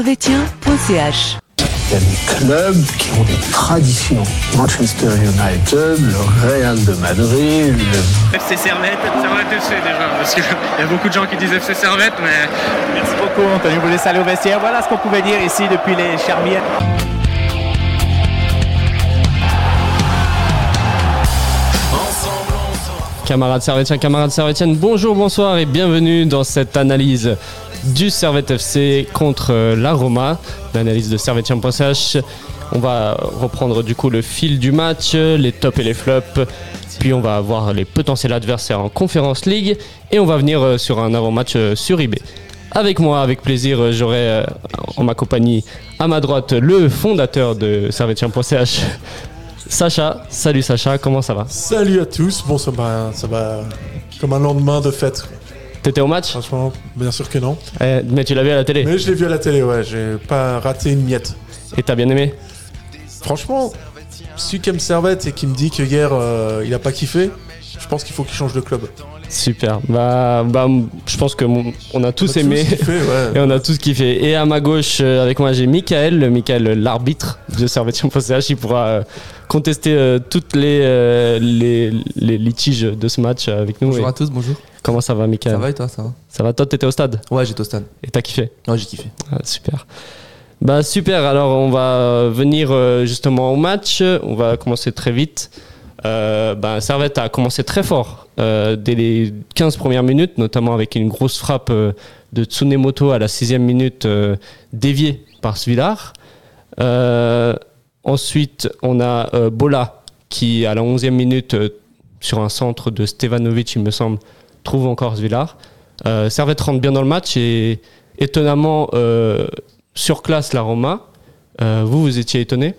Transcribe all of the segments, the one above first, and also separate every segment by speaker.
Speaker 1: servetien.ch.
Speaker 2: Il y a des clubs qui ont des traditions. Manchester United, le Real de Madrid. le-
Speaker 3: FC Servette, Servette FC déjà, parce qu'il y a beaucoup de gens qui disent FC Servette, mais
Speaker 4: Merci beaucoup, Antonio Boulet aller au vestiaire. Voilà ce qu'on pouvait dire ici depuis les Charmières.
Speaker 5: Camarades Servetien, camarades Servetienne, bonjour, bonsoir et bienvenue dans cette analyse du Servette FC contre euh, la Roma, l'analyse de servetien.ch. On va reprendre du coup le fil du match, euh, les tops et les flops, puis on va voir les potentiels adversaires en Conférence League et on va venir euh, sur un avant-match euh, sur IB. Avec moi, avec plaisir, euh, j'aurai euh, en ma compagnie à ma droite le fondateur de servetien.ch, Sacha. Salut Sacha, comment ça va
Speaker 6: Salut à tous. Bon, ça va, ça va comme un lendemain de fête.
Speaker 5: T'étais au match
Speaker 6: Franchement, bien sûr que non.
Speaker 5: Eh, mais tu l'as vu à la télé
Speaker 6: Mais je l'ai vu à la télé, ouais. J'ai pas raté une miette.
Speaker 5: et t'as bien aimé
Speaker 6: Franchement, celui qui aime Servette et qui me dit que hier euh, il a pas kiffé, je pense qu'il faut qu'il change de club.
Speaker 5: Super. Bah, bah m- je pense que mon- on a tous
Speaker 6: On a
Speaker 5: aimé
Speaker 6: kiffé, ouais.
Speaker 5: et on a tous kiffé. Et à ma gauche, euh, avec moi, j'ai Michael, euh, Michael euh, l'arbitre de Servetien.ch. Il pourra euh, contester euh, toutes les, euh, les les litiges de ce match euh, avec nous.
Speaker 7: Bonjour
Speaker 5: Et
Speaker 7: à tous, bonjour.
Speaker 5: Comment ça va, Michael
Speaker 7: Ça va et toi, ça va
Speaker 5: Ça va, Toi, t'étais au stade
Speaker 7: Ouais, j'étais au stade.
Speaker 5: et t'as kiffé.
Speaker 7: Ouais, j'ai kiffé.
Speaker 5: Ah, super. Bah super, alors on va euh, venir euh, justement au match, on va commencer très vite. Euh, bah, Servette a commencé très fort euh, dès les 15 premières minutes, notamment avec une grosse frappe euh, de Tsunemoto à la sixième minute euh, déviée par Svilar. Euh, ensuite, on a euh, Bola qui, à la 11e minute, euh, sur un centre de Stevanovic, il me semble, trouve encore Svilar. Euh, Servette rentre bien dans le match et étonnamment euh, surclasse la Roma. Euh, vous, vous étiez étonné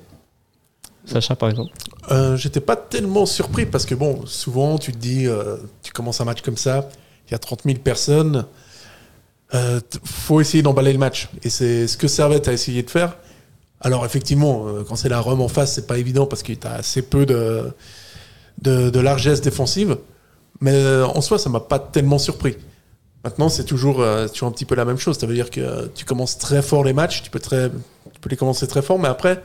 Speaker 5: Sacha, par exemple
Speaker 6: Euh, J'étais pas tellement surpris parce que bon, souvent tu te dis, euh, tu commences un match comme ça, il y a 30 000 personnes, euh, t- faut essayer d'emballer le match. Et c'est ce que Servette a essayé de faire. Alors effectivement, euh, quand c'est la Rome en face, c'est pas évident parce que t'as assez peu de, de, de largesse défensive. Mais euh, en soi, ça m'a pas tellement surpris. Maintenant, c'est toujours, euh, toujours un petit peu la même chose. Ça veut dire que tu commences très fort les matchs, tu peux, très, tu peux les commencer très fort, mais après,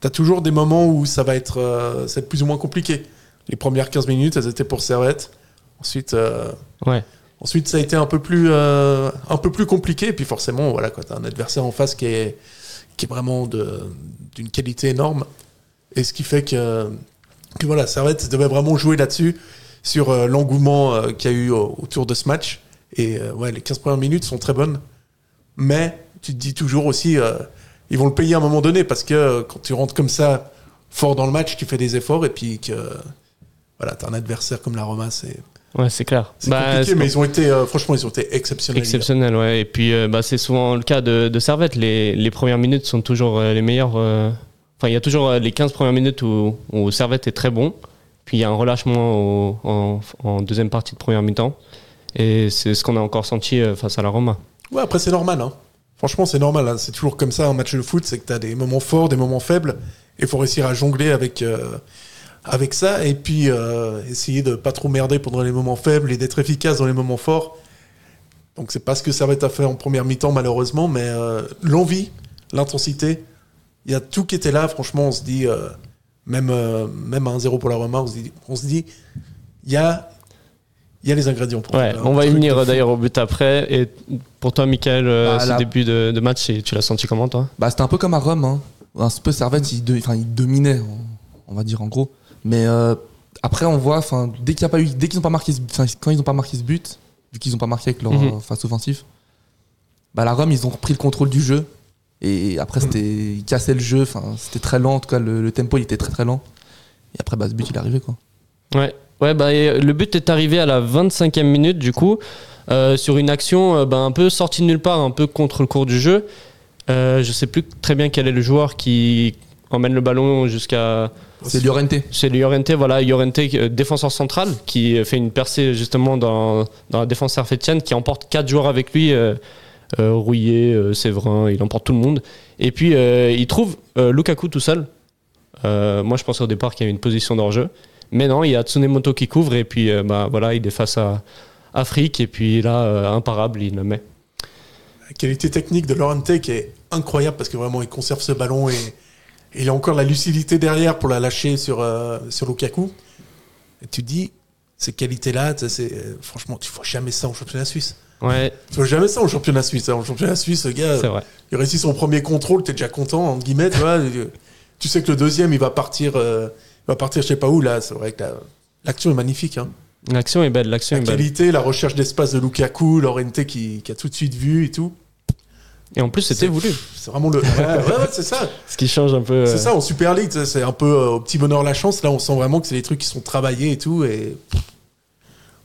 Speaker 6: T'as toujours des moments où ça va être, euh, ça va être plus ou moins compliqué. Les premières 15 minutes, elles étaient pour Servette. Ensuite, euh,
Speaker 5: Ouais.
Speaker 6: ensuite ça a été un peu plus, euh, un peu plus compliqué. Et puis forcément, voilà, quoi, t'as un adversaire en face qui est, qui est vraiment de- d'une qualité énorme. Et ce qui fait que, que voilà, Servette devait vraiment jouer là-dessus, sur euh, l'engouement euh, qu'il y a eu au- autour de ce match. Et euh, ouais, les 15 premières minutes sont très bonnes. Mais tu te dis toujours aussi, euh, ils vont le payer à un moment donné parce que euh, quand tu rentres comme ça, fort dans le match, tu fais des efforts et puis que voilà, t'as un adversaire comme la Roma, c'est
Speaker 5: Ouais, c'est clair.
Speaker 6: c'est
Speaker 5: Bah,
Speaker 6: compliqué,
Speaker 5: c'est
Speaker 6: mais ils ont été, euh, franchement, ils ont été exceptionnels.
Speaker 5: exceptionnel, ouais. Et puis, euh, bah, c'est souvent le cas de, de Servette. Les, les premières minutes sont toujours euh, les meilleures. euh, Enfin, il y a toujours euh, les 15 premières minutes où, où Servette est très bon. Puis, il y a un relâchement au- en, en deuxième partie de première mi-temps. Et c'est ce qu'on a encore senti euh, face à la Roma.
Speaker 6: Ouais, après, c'est normal. hein. Franchement, c'est normal. hein. C'est toujours comme ça un match de foot c'est que tu as des moments forts, des moments faibles. Et faut réussir à jongler avec, euh, avec ça. Et puis, euh, essayer de pas trop merder pendant les moments faibles et d'être efficace dans les moments forts. Donc, c'est pas ce que ça va être à faire en première mi-temps, malheureusement. Mais euh, l'envie, l'intensité, il y a tout qui était là. Franchement, on se dit, euh, même, euh, même à 1-0 pour la Roma, on se dit, on se dit, il y a. Il y a les ingrédients pour
Speaker 5: Ouais,
Speaker 6: faire un
Speaker 5: on va y
Speaker 6: truc de
Speaker 5: venir
Speaker 6: fou.
Speaker 5: d'ailleurs au but après. Et pour toi, Michael, euh,
Speaker 7: Bah,
Speaker 5: ce
Speaker 7: la-
Speaker 5: début de, de match, tu l'as senti comment, toi
Speaker 7: Bah, c'était un peu comme à Rome, hein. Un peu Servette, il, de- enfin, il dominait, on, on va dire en gros. Mais euh, après, on voit, enfin, dès qu'il y a pas eu, dès qu'ils ont pas marqué, ce- enfin, quand ils ont pas marqué ce but, vu qu'ils ont pas marqué avec leur
Speaker 5: Mhm.
Speaker 7: euh, face offensif, bah, la Rome, ils ont repris le contrôle du jeu. Et après, c'était, ils cassaient le jeu. Enfin, c'était très lent. En tout cas, le, le tempo, il était très très lent. Et après, bah, ce but, il est arrivé, quoi.
Speaker 5: Ouais, ouais bah, et le but est arrivé à la 25e minute, du coup, euh, sur une action euh, bah, un peu sortie de nulle part, un peu contre le cours du jeu. Euh, je sais plus très bien quel est le joueur qui emmène le ballon jusqu'à.
Speaker 7: C'est Llorente.
Speaker 5: C'est Llorente, voilà, Llorente, euh, défenseur central, qui euh, fait une percée justement dans, dans la défense servétienne, qui emporte quatre joueurs avec lui, euh, euh, Rouillet, euh, Séverin, il emporte tout le monde. Et puis euh, il trouve euh, Lukaku tout seul. Euh, moi je pensais au départ qu'il y avait une position d'hors-jeu, mais non, il y a Tsunemoto qui couvre, et puis euh, bah, voilà, il est face à Afrique, et puis là, euh, imparable, il le met.
Speaker 6: la qualité technique de Laurent Tech est incroyable parce que vraiment, il conserve ce ballon et, et il a encore la lucidité derrière pour la lâcher sur, euh, sur Lukaku. Et tu te dis, ces qualités-là, tu sais, c'est, euh, franchement, tu vois jamais ça en championnat suisse.
Speaker 5: Ouais,
Speaker 6: Tu vois jamais ça en championnat suisse. hein. En championnat suisse, le gars,
Speaker 5: c'est vrai.
Speaker 6: il réussit son premier contrôle, t'es déjà content, entre guillemets, tu vois. tu sais que le deuxième, il va partir, euh, il va partir je sais pas où, là. C'est vrai que la- l'action est magnifique. hein.
Speaker 5: L'action est belle, l'action
Speaker 6: La
Speaker 5: est belle.
Speaker 6: qualité, la recherche d'espace de Lukaku, Lorente qui, qui a tout de suite vu et tout.
Speaker 5: Et en plus, c'était voulu.
Speaker 6: C'est vraiment le. Ouais, ouais, ouais, c'est ça.
Speaker 5: Ce qui change un peu. euh,
Speaker 6: C'est ça, en Super League, tu sais, c'est un peu euh, au petit bonheur la chance. Là, on sent vraiment que c'est des trucs qui sont travaillés et tout. Et.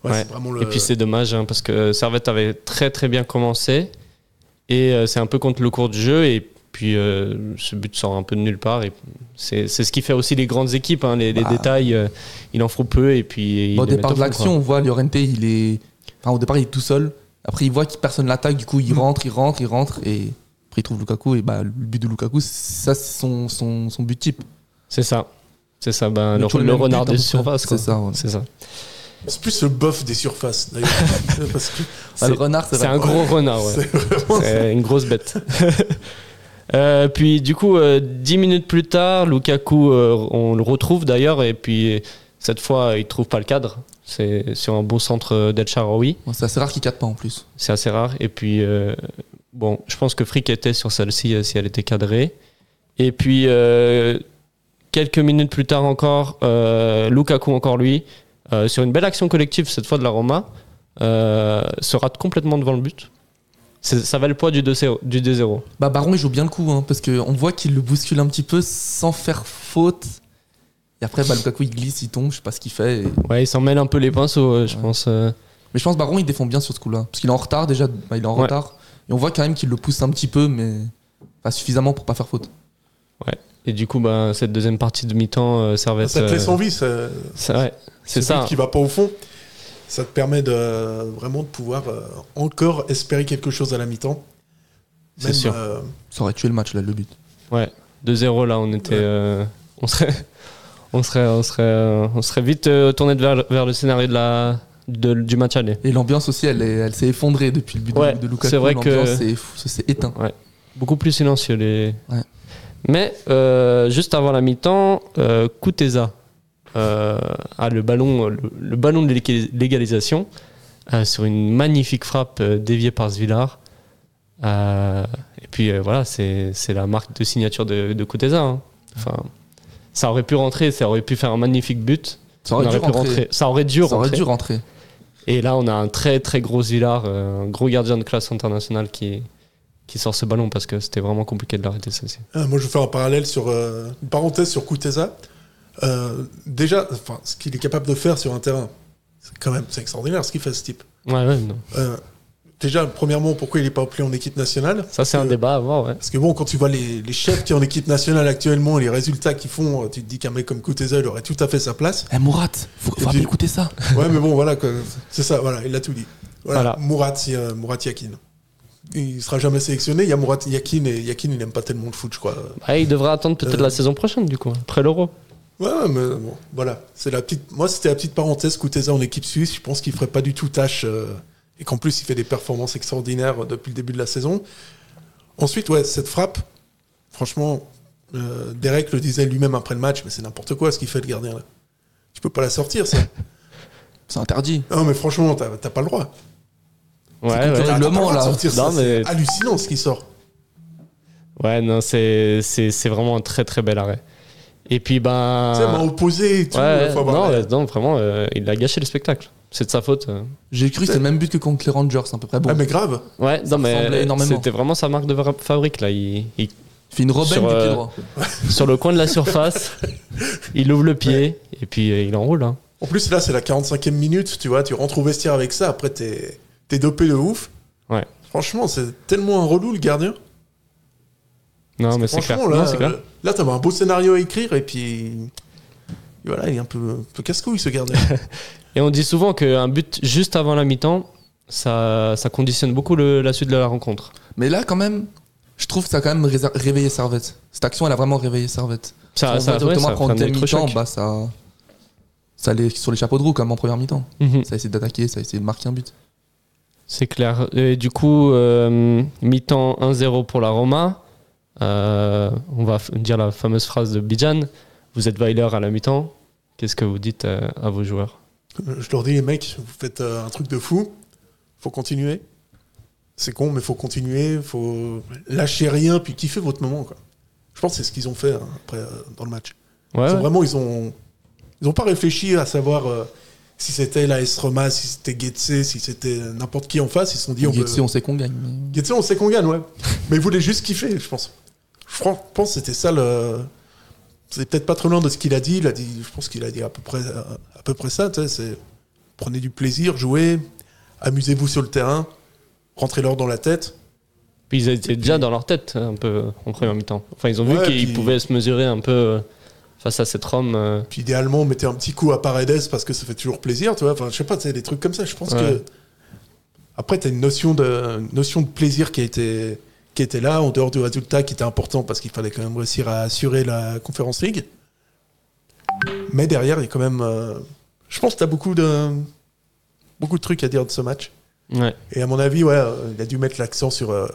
Speaker 6: Ouais,
Speaker 5: Ouais.
Speaker 6: c'est vraiment le.
Speaker 5: Et puis c'est dommage hein, parce que Servette avait très très bien commencé et euh, c'est un peu contre le cours du jeu et puis euh, ce but sort un peu de nulle part et c'est c'est ce qui fait aussi les grandes équipes hein, les, les
Speaker 7: Bah.
Speaker 5: détails euh, il en faut peu et puis ils
Speaker 7: Bah, au
Speaker 5: les
Speaker 7: départ
Speaker 5: mettent
Speaker 7: de
Speaker 5: fond,
Speaker 7: l'action, on voit Llorente, il est. Enfin, au départ, il est tout seul. Après, il voit qu'il personne l'attaque, du coup,
Speaker 5: Hmm.
Speaker 7: il rentre, il rentre, il rentre, et après, il trouve Lukaku, et bah, le but de Lukaku, ça, c'est son, son, son but type.
Speaker 5: quoi. c'est ça c'est ça ben,
Speaker 7: Mais
Speaker 5: le,
Speaker 7: toujours le
Speaker 5: le
Speaker 7: même but,
Speaker 5: renard
Speaker 7: à peu
Speaker 5: de
Speaker 7: près.
Speaker 5: surface quoi.
Speaker 7: C'est ça, ouais.
Speaker 5: c'est ça
Speaker 6: C'est plus le buff des surfaces, d'ailleurs. Parce que
Speaker 7: Bah, le renard, c'est
Speaker 5: c'est
Speaker 7: vrai.
Speaker 5: un gros renard ouais.
Speaker 6: c'est vraiment.
Speaker 5: C'est une grosse bête. Euh, puis du coup, euh, dix minutes plus tard, Lukaku, euh, on le retrouve d'ailleurs, et puis cette fois, euh, il trouve pas le cadre. C'est sur un beau centre euh, d'El Shaarawy.
Speaker 7: Ouais, C'est assez rare qu'il capte pas en plus.
Speaker 5: C'est assez rare. Et puis, euh, bon, je pense que Frick était sur celle-ci euh, si elle était cadrée. Et puis, euh, quelques minutes plus tard encore, euh, Lukaku, encore lui, euh, sur une belle action collective, cette fois de la Roma, euh, se rate complètement devant le but. C'est- Ça va le poids du 2-0. Du 2-0.
Speaker 7: Bah, Baron, il joue bien le coup, hein, parce qu'on voit qu'il le bouscule un petit peu sans faire faute. Et après, bah, Lukaku, il glisse, il tombe, je sais pas ce qu'il fait. et-
Speaker 5: Ouais, il s'en mêle un peu les pinceaux, euh, je
Speaker 7: Ouais.
Speaker 5: pense. euh.
Speaker 7: Mais je pense que Baron, il défend bien sur ce coup-là. Parce qu'il est en retard déjà, bah, il est en
Speaker 5: Ouais.
Speaker 7: retard. Et on voit quand même qu'il le pousse un petit peu, mais pas suffisamment pour pas faire faute.
Speaker 5: Et du coup, bah, cette deuxième partie de mi-temps, euh, Servette.
Speaker 6: Ah, Ça te laisse
Speaker 5: euh,
Speaker 6: envie, ça.
Speaker 5: ça- ouais, c'est
Speaker 6: Ce but
Speaker 5: ça.
Speaker 6: qui va pas au fond. Ça te permet de vraiment de pouvoir euh, encore espérer quelque chose à la mi-temps.
Speaker 5: C'est
Speaker 6: Même,
Speaker 5: sûr.
Speaker 6: euh,
Speaker 7: Ça aurait tué le match, là, le but.
Speaker 5: 2-0 là, on était,
Speaker 6: Ouais.
Speaker 5: euh, on serait, on serait, on serait, euh, on serait vite euh, tourné vers, le- vers le scénario de la, de- du match aller.
Speaker 7: Et l'ambiance aussi, elle, est- elle s'est effondrée depuis le but de-
Speaker 5: Ouais,
Speaker 7: de, Lukaku.
Speaker 5: c'est vrai que-
Speaker 7: L'ambiance s'est- se s'est éteint.
Speaker 5: Beaucoup plus silencieux les.
Speaker 7: Ouais.
Speaker 5: Mais euh, juste avant la mi-temps, euh, Kuteza euh, a le ballon, euh, le, le ballon de l'équi- l'égalisation euh, sur une magnifique frappe euh, déviée par Svillar. Euh, et puis euh, voilà, c'est c'est la marque de signature de, de Kuteza. hein. Enfin, ça aurait pu rentrer, ça aurait pu faire un magnifique but.
Speaker 7: Ça
Speaker 5: On
Speaker 7: aurait,
Speaker 5: aurait
Speaker 7: dû,
Speaker 5: pu
Speaker 7: rentrer.
Speaker 5: rentrer. Ça aurait dû
Speaker 7: Ça aurait
Speaker 5: rentrer.
Speaker 7: dû rentrer.
Speaker 5: Et là, on a un très très gros Zillard, euh, un gros gardien de classe internationale qui, qui sort ce ballon parce que c'était vraiment compliqué de l'arrêter celle-ci.
Speaker 6: Euh, moi, je vais faire un parallèle sur euh, une parenthèse sur Kuteza. Euh, déjà, enfin, ce qu'il est capable de faire sur un terrain, c'est quand même c'est extraordinaire ce qu'il fait ce type.
Speaker 5: Ouais, ouais, non.
Speaker 6: Euh, déjà, premièrement, pourquoi il n'est pas appelé en équipe nationale
Speaker 5: Ça, c'est un
Speaker 6: Euh,
Speaker 5: débat à voir, ouais.
Speaker 6: Parce que bon, quand tu vois les, les chefs qui sont en équipe nationale actuellement, et les résultats qu'ils font, euh, tu te dis qu'un mec comme Kuteza, il aurait tout à fait sa place.
Speaker 7: Eh, Mourat, faut,
Speaker 6: Et
Speaker 7: faut
Speaker 6: puis-
Speaker 7: écouter ça.
Speaker 6: Ouais, mais bon, voilà, quoi. c'est ça, voilà, il a tout dit. Voilà,
Speaker 5: Voilà.
Speaker 6: Mourat, euh, Mourat Yakin. Il sera jamais sélectionné. Il y a Mourat Yakin et Yakin, il n'aime pas tellement le foot, je crois.
Speaker 5: Ah, il devra attendre peut-être
Speaker 6: Euh,
Speaker 5: la saison prochaine, du coup, après l'Euro.
Speaker 6: Ouais, ouais, mais bon, voilà. C'est la petite. Moi, c'était la petite parenthèse Kouteza en équipe suisse. Je pense qu'il ferait pas du tout tâche euh, et qu'en plus, il fait des performances extraordinaires euh, depuis le début de la saison. Ensuite, ouais, cette frappe, franchement, euh, Derek le disait lui-même après le match, mais c'est n'importe quoi ce qu'il fait le gardien là. Tu peux pas la sortir, ça.
Speaker 7: C'est interdit.
Speaker 6: non, mais franchement, t'as t'as pas le droit.
Speaker 5: Ouais,
Speaker 7: contre
Speaker 5: ouais.
Speaker 7: la-
Speaker 6: T'as pas
Speaker 7: Mans,
Speaker 6: droit de
Speaker 7: là.
Speaker 6: sortir ça,
Speaker 5: Non, mais-
Speaker 6: C'est hallucinant ce qui sort.
Speaker 5: Ouais, non, c'est c'est- c'est vraiment un très très bel arrêt. Et puis, ben.
Speaker 6: Tu sais, main opposée et tout.
Speaker 5: ouais,
Speaker 6: faut avoir
Speaker 5: non,
Speaker 6: la-
Speaker 5: ouais, non, vraiment, euh, il a gâché le spectacle. C'est de sa faute. euh.
Speaker 7: J'ai cru que c'était le même but que contre les Rangers, à peu près. Bon,
Speaker 6: Ah, mais grave.
Speaker 5: Ouais, non,
Speaker 7: ressemblait
Speaker 5: mais
Speaker 7: énormément.
Speaker 5: c'était vraiment sa marque de vra- fabrique, là. Il- il
Speaker 7: il fait une rebelle
Speaker 5: Sur,
Speaker 7: du pied
Speaker 5: euh,
Speaker 7: droit.
Speaker 5: sur le coin de la surface. il ouvre le pied et puis euh, il enroule. hein.
Speaker 6: En plus, là, c'est la 45e minute, tu vois, tu rentres au vestiaire avec ça, après, t'es t'es dopé de ouf.
Speaker 5: Ouais.
Speaker 6: Franchement, c'est tellement un relou, le gardien.
Speaker 5: Non, mais c'est clair.
Speaker 6: Franchement,
Speaker 5: Non,
Speaker 6: là,
Speaker 5: c'est clair.
Speaker 6: euh, là t'avais un beau scénario à écrire, et puis... et Voilà, il est un peu, un peu casse-couille, ce gardien.
Speaker 5: Et on dit souvent qu'un but juste avant la mi-temps, ça, ça conditionne beaucoup le- la suite de la rencontre.
Speaker 7: Mais là, quand même, je trouve que ça a quand même résa- réveillé Servette. Cette action, elle a vraiment réveillé Servette.
Speaker 5: Ça,
Speaker 7: on
Speaker 5: ça,
Speaker 7: va
Speaker 5: ouais,
Speaker 7: directement
Speaker 5: ça
Speaker 7: après,
Speaker 5: prend
Speaker 7: en
Speaker 5: des
Speaker 7: deuxième
Speaker 5: électrochocs.
Speaker 7: mi-temps, bah, ça. Ça allait sur les chapeaux de roue, comme en première mi-temps.
Speaker 5: Mhm.
Speaker 7: Ça a essayé d'attaquer, ça a essayé de marquer un but.
Speaker 5: C'est clair. Et du coup, euh, mi-temps 1-0 pour la Roma. Euh, on va f- dire la fameuse phrase de Bijan. Vous êtes Weiler à la mi-temps. Qu'est-ce que vous dites euh, à vos joueurs
Speaker 6: Je leur dis, les mecs, vous faites euh, un truc de fou, faut continuer. C'est con, mais faut continuer, faut lâcher rien, puis kiffer votre moment. Quoi. Je pense que c'est ce qu'ils ont fait hein, après euh, dans le match.
Speaker 5: Ouais,
Speaker 6: Ils ont
Speaker 5: Ah ouais.
Speaker 6: Vraiment, ils ont, ils ont pas réfléchi à savoir euh, si c'était la S Roma, si c'était Getse, si c'était n'importe qui en face. Ils se sont dit, on,
Speaker 7: Guetzi,
Speaker 6: peut-
Speaker 7: on sait qu'on gagne. mais-
Speaker 6: Getse, on sait qu'on gagne, ouais. mais ils voulaient juste kiffer, je pense. Je fran- pense que c'était ça le. C'est peut-être pas trop loin de ce qu'il a dit. Il a dit, je pense qu'il a dit à peu près, à peu près ça. tu sais, c'est prenez du plaisir, jouez, amusez-vous sur le terrain, rentrez-leur dans la tête.
Speaker 5: Puis ils étaient déjà dans leur tête hein, un peu en première mi-temps. Enfin, ils ont vu
Speaker 6: Ouais,
Speaker 5: qu'ils
Speaker 6: puis-
Speaker 5: pouvaient se mesurer un peu euh, face à cette Rome. euh.
Speaker 6: Puis idéalement, mettez un petit coup à Paredes parce que ça fait toujours plaisir, tu vois. Enfin, je sais pas, tu sais, des trucs comme ça. Je pense
Speaker 5: Ouais.
Speaker 6: que après, t'as une notion de une notion de plaisir qui a été qui était là en dehors du résultat qui était important parce qu'il fallait quand même réussir à assurer la Conférence League. Mais derrière, il y a quand même, euh, je pense, que t'as beaucoup de beaucoup de trucs à dire de ce match.
Speaker 5: Ouais.
Speaker 6: Et à mon avis, ouais, euh, il a dû mettre l'accent sur, euh,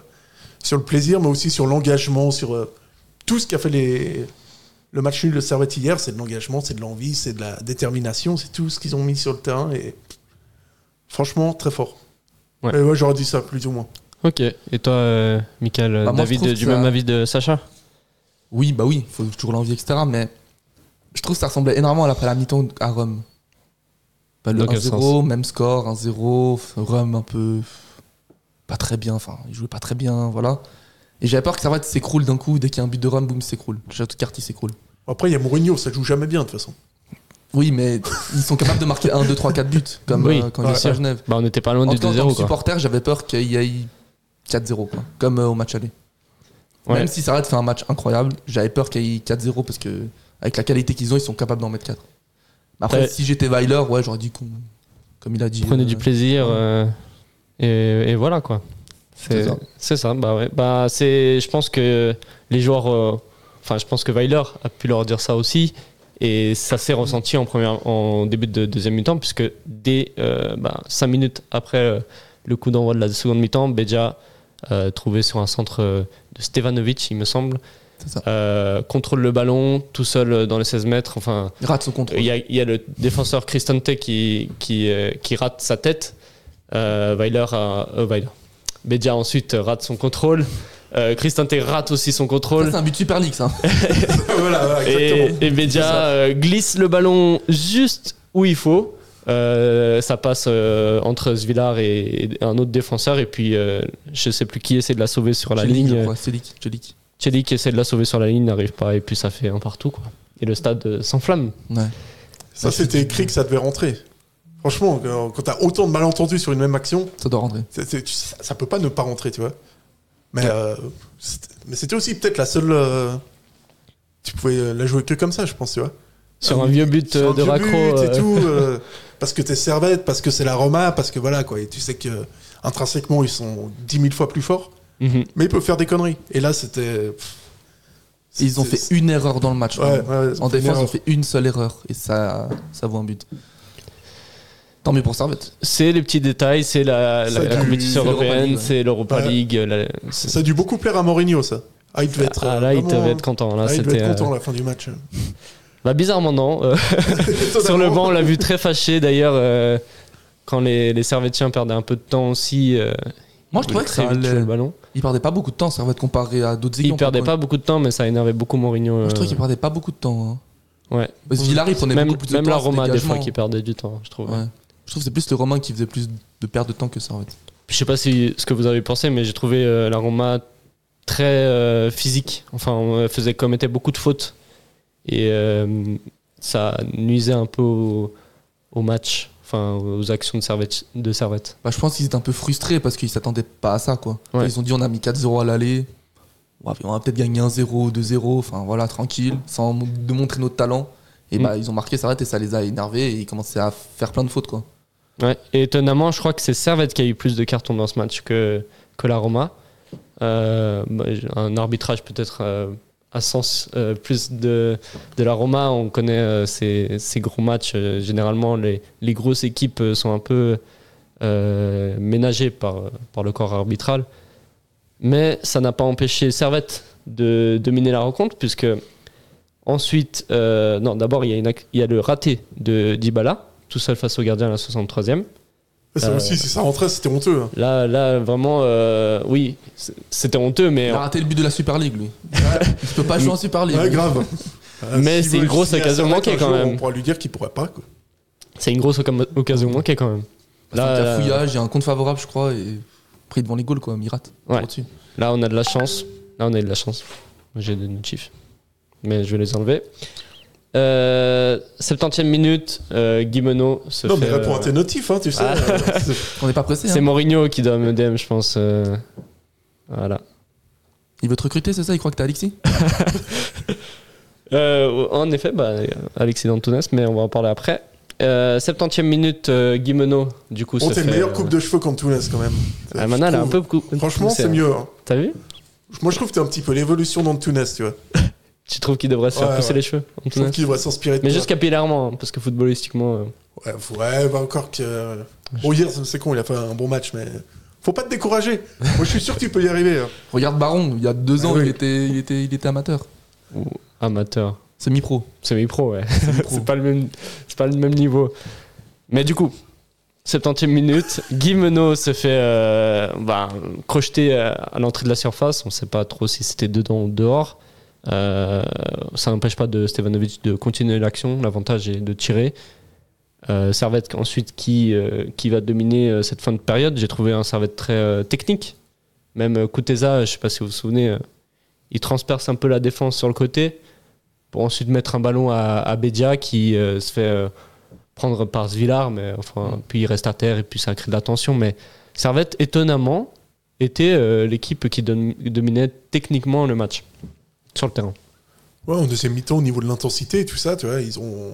Speaker 6: sur le plaisir, mais aussi sur l'engagement, sur euh, tout ce qu'a fait les, le match nul de Servette hier. C'est de l'engagement, c'est de l'envie, c'est de la détermination, c'est tout ce qu'ils ont mis sur le terrain. Et franchement, très fort.
Speaker 5: Ouais.
Speaker 6: Et ouais, j'aurais dit ça, plus ou moins.
Speaker 5: Ok. Et toi, euh, Michael,
Speaker 7: Bah, moi, je
Speaker 5: David,
Speaker 7: trouve que
Speaker 5: du
Speaker 7: ça-
Speaker 5: même avis de Sacha
Speaker 7: Oui, bah oui, faut toujours l'envie, etc. Mais je trouve que ça ressemblait énormément à la, à la mi-temps à Rome. Bah, le
Speaker 5: Dans quel
Speaker 7: 1-0, même score, 1-0, f- Rome un peu f- pas très bien, enfin, il jouait pas très bien, voilà. Et j'avais peur que ça va s'écroule d'un coup, dès qu'il y a un but de Rome, boum, il s'écroule. Le château de carte, il s'écroule.
Speaker 6: Après, il y a Mourinho, ça joue jamais bien, de toute façon.
Speaker 7: Oui, mais ils sont capables de marquer 1, 2, 3, 4 buts, comme
Speaker 5: Oui,
Speaker 7: euh, quand ils
Speaker 6: ouais,
Speaker 7: étaient à Genève.
Speaker 5: bah, On n'était pas loin
Speaker 7: En
Speaker 5: du
Speaker 7: tout cas, en tant
Speaker 5: 2-0.
Speaker 7: que
Speaker 5: quoi.
Speaker 7: supporter, j'avais peur qu'il y ait 4-0, quoi, comme euh, au match aller.
Speaker 5: Ouais.
Speaker 7: Même si Sarret fait un match incroyable, j'avais peur qu'il y ait 4-0 parce que avec la qualité qu'ils ont, ils sont capables d'en mettre 4. Mais Après,
Speaker 5: Ouais.
Speaker 7: si j'étais Weiler, ouais, j'aurais dit qu'on. Comme il a dit.
Speaker 5: Prenez
Speaker 7: euh,
Speaker 5: du plaisir euh, et, et voilà quoi.
Speaker 7: C'est ça.
Speaker 5: c'est ça. Bah ouais. Bah c'est. Je pense que les joueurs. euh, Enfin, je pense que Weiler a pu leur dire ça aussi. Et ça s'est ressenti en, première, en début de deuxième mi-temps, puisque dès 5 minutes après euh, le coup d'envoi de la seconde mi-temps, Beja, euh, trouvé sur un centre euh, de Stevanovic, il me semble,
Speaker 7: C'est ça.
Speaker 5: euh, contrôle le ballon tout seul euh, dans les 16 mètres. Enfin,
Speaker 7: Il rate son contrôle.
Speaker 5: il y, a, il y a le défenseur Cristante qui, qui, euh, qui rate sa tête. Euh, Weiler, a, euh, Weiler. Bedia ensuite rate son contrôle. Euh, Cristante rate aussi son
Speaker 7: Ça,
Speaker 5: contrôle.
Speaker 7: c'est un but de Super League, ça.
Speaker 6: voilà, voilà,
Speaker 5: Et,
Speaker 6: exactement.
Speaker 5: et Bedia euh, glisse le ballon juste où il faut. Euh, ça passe euh, entre Svillar et, et un autre défenseur. Et puis, euh, je sais plus qui essaie de la sauver sur la
Speaker 7: Celic, je
Speaker 5: ligne. euh.
Speaker 7: crois, Celic, Celic.
Speaker 5: Chelly qui essaie de la sauver sur la ligne n'arrive pas. Et puis, ça fait un partout. Quoi. Et le stade euh, s'enflamme.
Speaker 7: Ouais.
Speaker 6: Ça, c'était écrit que ça devait rentrer. Franchement, quand quand t'as autant de malentendus sur une même action,
Speaker 7: Ça doit rentrer.
Speaker 6: C'est- c'est- tu- ça, ça peut pas ne pas rentrer, tu vois. Mais euh, c'était- mais c'était aussi peut-être la seule. euh, tu pouvais euh, la jouer que comme ça, je pense, tu vois.
Speaker 5: Sur
Speaker 6: Ah
Speaker 5: un
Speaker 6: oui,
Speaker 5: vieux but
Speaker 6: Sur
Speaker 5: euh,
Speaker 6: un
Speaker 5: de
Speaker 6: vieux
Speaker 5: raccro.
Speaker 6: but et
Speaker 5: euh,
Speaker 6: tout, euh, parce que t'es servette, parce que c'est la Roma, parce que voilà, quoi. Et tu sais que intrinsèquement, ils sont 10 000 fois plus forts,
Speaker 5: Mhm.
Speaker 6: mais ils peuvent faire des conneries. Et là, c'était. pff,
Speaker 7: Et ils ont
Speaker 6: c'était-
Speaker 7: fait une erreur dans le match.
Speaker 6: Ouais,
Speaker 7: vraiment.
Speaker 6: ouais, ouais,
Speaker 7: en
Speaker 6: c'est une
Speaker 7: défense, ils ont
Speaker 6: erreur.
Speaker 7: fait une seule erreur. Et ça, ça vaut un but. Tant mieux pour Servette.
Speaker 5: C'est les petits détails, c'est la,
Speaker 6: Ça,
Speaker 5: la- la
Speaker 6: du-
Speaker 5: compétition
Speaker 7: c'est l'Europa League,
Speaker 5: européenne,
Speaker 7: ouais.
Speaker 5: c'est l'Europa
Speaker 6: Ouais.
Speaker 5: League. la- c'est-
Speaker 6: Ça a dû beaucoup plaire à Mourinho, ça. Ah, il devait être.
Speaker 5: Ah,
Speaker 6: euh,
Speaker 5: là, il
Speaker 6: vraiment-
Speaker 5: devait être content. Là,
Speaker 6: ah, il devait
Speaker 5: c'était,
Speaker 6: être content
Speaker 5: euh,
Speaker 6: à la fin du match.
Speaker 5: bah, bizarrement, non. Euh, sur le banc, on l'a vu très fâché d'ailleurs. euh, quand les, les Servetiens perdaient un peu de temps aussi, euh,
Speaker 7: Moi, je
Speaker 5: ils
Speaker 7: trouvais que
Speaker 5: très
Speaker 7: ça
Speaker 5: vite jouaient le
Speaker 7: allait.
Speaker 5: ballon.
Speaker 7: Ils perdaient pas beaucoup de temps, Servette, comparé à d'autres équipes.
Speaker 5: Ils perdaient pas beaucoup de temps, mais ça énervait beaucoup Mourinho.
Speaker 7: Moi, je
Speaker 5: euh,
Speaker 7: trouvais qu'ils perdaient pas beaucoup de temps. hein.
Speaker 5: ouais.
Speaker 7: Parce que Villari prenait
Speaker 5: Même,
Speaker 7: beaucoup plus de
Speaker 5: même
Speaker 7: temps.
Speaker 5: la
Speaker 7: à ce
Speaker 5: Roma, des
Speaker 7: dégagement.
Speaker 5: fois, qui perdait du temps, je trouve.
Speaker 7: Ouais. Je trouve que c'est plus le Romain qui faisait plus de perte de temps que ça en fait.
Speaker 5: Je sais pas si, ce que vous avez pensé, mais j'ai trouvé euh, la Roma très euh, physique. Enfin, on euh, faisait commettait beaucoup de fautes. Et euh, ça nuisait un peu au, au match, enfin, aux actions de Servette. De Servette.
Speaker 7: Bah, je pense qu'ils étaient un peu frustrés parce qu'ils s'attendaient pas à ça quoi.
Speaker 5: Ouais.
Speaker 7: Ils ont dit on a mis 4-0 à l'aller. Ouais, puis On va peut-être gagner 1-0, 2-0, enfin voilà, tranquille, sans m- de montrer notre talent.
Speaker 5: Mm.
Speaker 7: Et bah ils ont marqué Servette et ça les a énervés et ils commençaient à faire plein de fautes quoi.
Speaker 5: Ouais. Et étonnamment, je crois que c'est Servette qui a eu plus de cartons dans ce match que, que la Roma. Euh, bah, un arbitrage peut-être euh, à sens euh, plus de, de la Roma. On connaît euh, ces, ces gros matchs. euh, généralement, les, les grosses équipes euh, sont un peu euh, ménagé par, euh, par le corps arbitral. Mais ça n'a pas empêché Servette de dominer la rencontre, puisque ensuite, euh, non, d'abord, il y, a une ac- il y a le raté de Dybala, tout seul face au gardien à la 63e.
Speaker 6: Ça
Speaker 5: Euh,
Speaker 6: aussi, si ça rentrait, c'était honteux. hein.
Speaker 5: Là, là vraiment, euh, oui, c- c'était honteux, mais
Speaker 7: Il a raté le but de la Super League, lui. Il peut pas jouer en Super League.
Speaker 6: Ouais, grave. Euh,
Speaker 5: Mais
Speaker 6: s'il
Speaker 5: c'est une
Speaker 6: veut
Speaker 5: grosse
Speaker 6: signer à
Speaker 5: occasion
Speaker 6: Servette
Speaker 5: manquée,
Speaker 6: un
Speaker 5: quand
Speaker 6: jour,
Speaker 5: même.
Speaker 6: On pourra lui dire qu'il pourrait pas. quoi.
Speaker 5: c'est une grosse oca- occasion manquée quand même.
Speaker 7: Là, il y a
Speaker 5: Là,
Speaker 7: un
Speaker 5: là,
Speaker 7: fouillage, il y a un compte favorable, je crois, et pris devant les goals, quoi. Il rate.
Speaker 5: euh, Ouais.
Speaker 7: Au-dessus.
Speaker 5: là, on a de la chance. Là, on a de la chance. J'ai des notifs, mais je vais les enlever. Euh, 70e minute, euh, Guimeno se
Speaker 6: Non,
Speaker 5: fait.
Speaker 6: mais réponds
Speaker 5: euh,
Speaker 6: à tes notifs, hein, tu sais.
Speaker 5: Ah.
Speaker 6: euh, c'est-
Speaker 7: On n'est pas pressé.
Speaker 5: c'est
Speaker 7: Hein.
Speaker 5: Mourinho qui donne DM, je pense. euh, voilà.
Speaker 7: Il veut te recruter, c'est ça Il croit que t'es Alexis
Speaker 5: Euh, en effet, bah, Alexis Dantunas, mais on va en parler après. Euh, 70e minute, euh, Guimeno, du coup.
Speaker 6: Bon,
Speaker 5: se
Speaker 6: t'es
Speaker 5: fait,
Speaker 6: le meilleur
Speaker 5: euh,
Speaker 6: coupe de cheveux quand Tounes, quand même.
Speaker 5: Ah, Mana, elle a un
Speaker 6: Je
Speaker 5: peu
Speaker 6: trouve.
Speaker 5: cou-
Speaker 6: Franchement,
Speaker 5: poussé,
Speaker 6: c'est
Speaker 5: hein.
Speaker 6: mieux. hein.
Speaker 5: T'as vu
Speaker 6: Moi, je trouve que t'es un petit peu l'évolution d'Antunes, tu vois.
Speaker 5: Tu trouves qu'il devrait se faire
Speaker 6: Ouais,
Speaker 5: pousser
Speaker 6: ouais.
Speaker 5: les cheveux
Speaker 6: Je trouve
Speaker 5: Antunas
Speaker 6: qu'il devrait s'inspirer de
Speaker 5: Mais
Speaker 6: toi.
Speaker 5: juste capillairement, hein, parce que footballistiquement. euh,
Speaker 6: Ouais, faut- ouais, bah encore que. Bon, hier, c'est con, il a fait un bon match, mais. Faut pas te décourager. Moi, je suis sûr que tu peux y arriver. hein.
Speaker 7: Regarde Baron, il y a deux
Speaker 6: Ah
Speaker 7: ans,
Speaker 6: oui.
Speaker 7: il, était, il, était, il était amateur.
Speaker 5: ou amateur.
Speaker 7: C'est mi-pro.
Speaker 5: Semi-pro, ouais. c'est pas le même, c'est pas le même niveau. Mais du coup, 70e minute, Guy Menot se fait euh, bah, crocheter euh, à l'entrée de la surface. On sait pas trop si c'était dedans ou dehors. Euh, ça n'empêche pas de Stevanovic de continuer l'action. L'avantage est de tirer. Euh, Servette ensuite qui, euh, qui va dominer euh, cette fin de période. J'ai trouvé un Servette très euh, technique. Même euh, Kuteza, je sais pas si vous vous souvenez, euh, il transperce un peu la défense sur le côté pour ensuite mettre un ballon à, à Bedia qui euh, se fait euh, prendre par Svillar, mais enfin, puis il reste à terre et puis ça crée de la tension. Mais Servette, étonnamment, était euh, l'équipe qui don- dominait techniquement le match sur le terrain.
Speaker 6: Ouais, en deuxième mi-temps, au niveau de l'intensité et tout ça, tu vois, ils ont,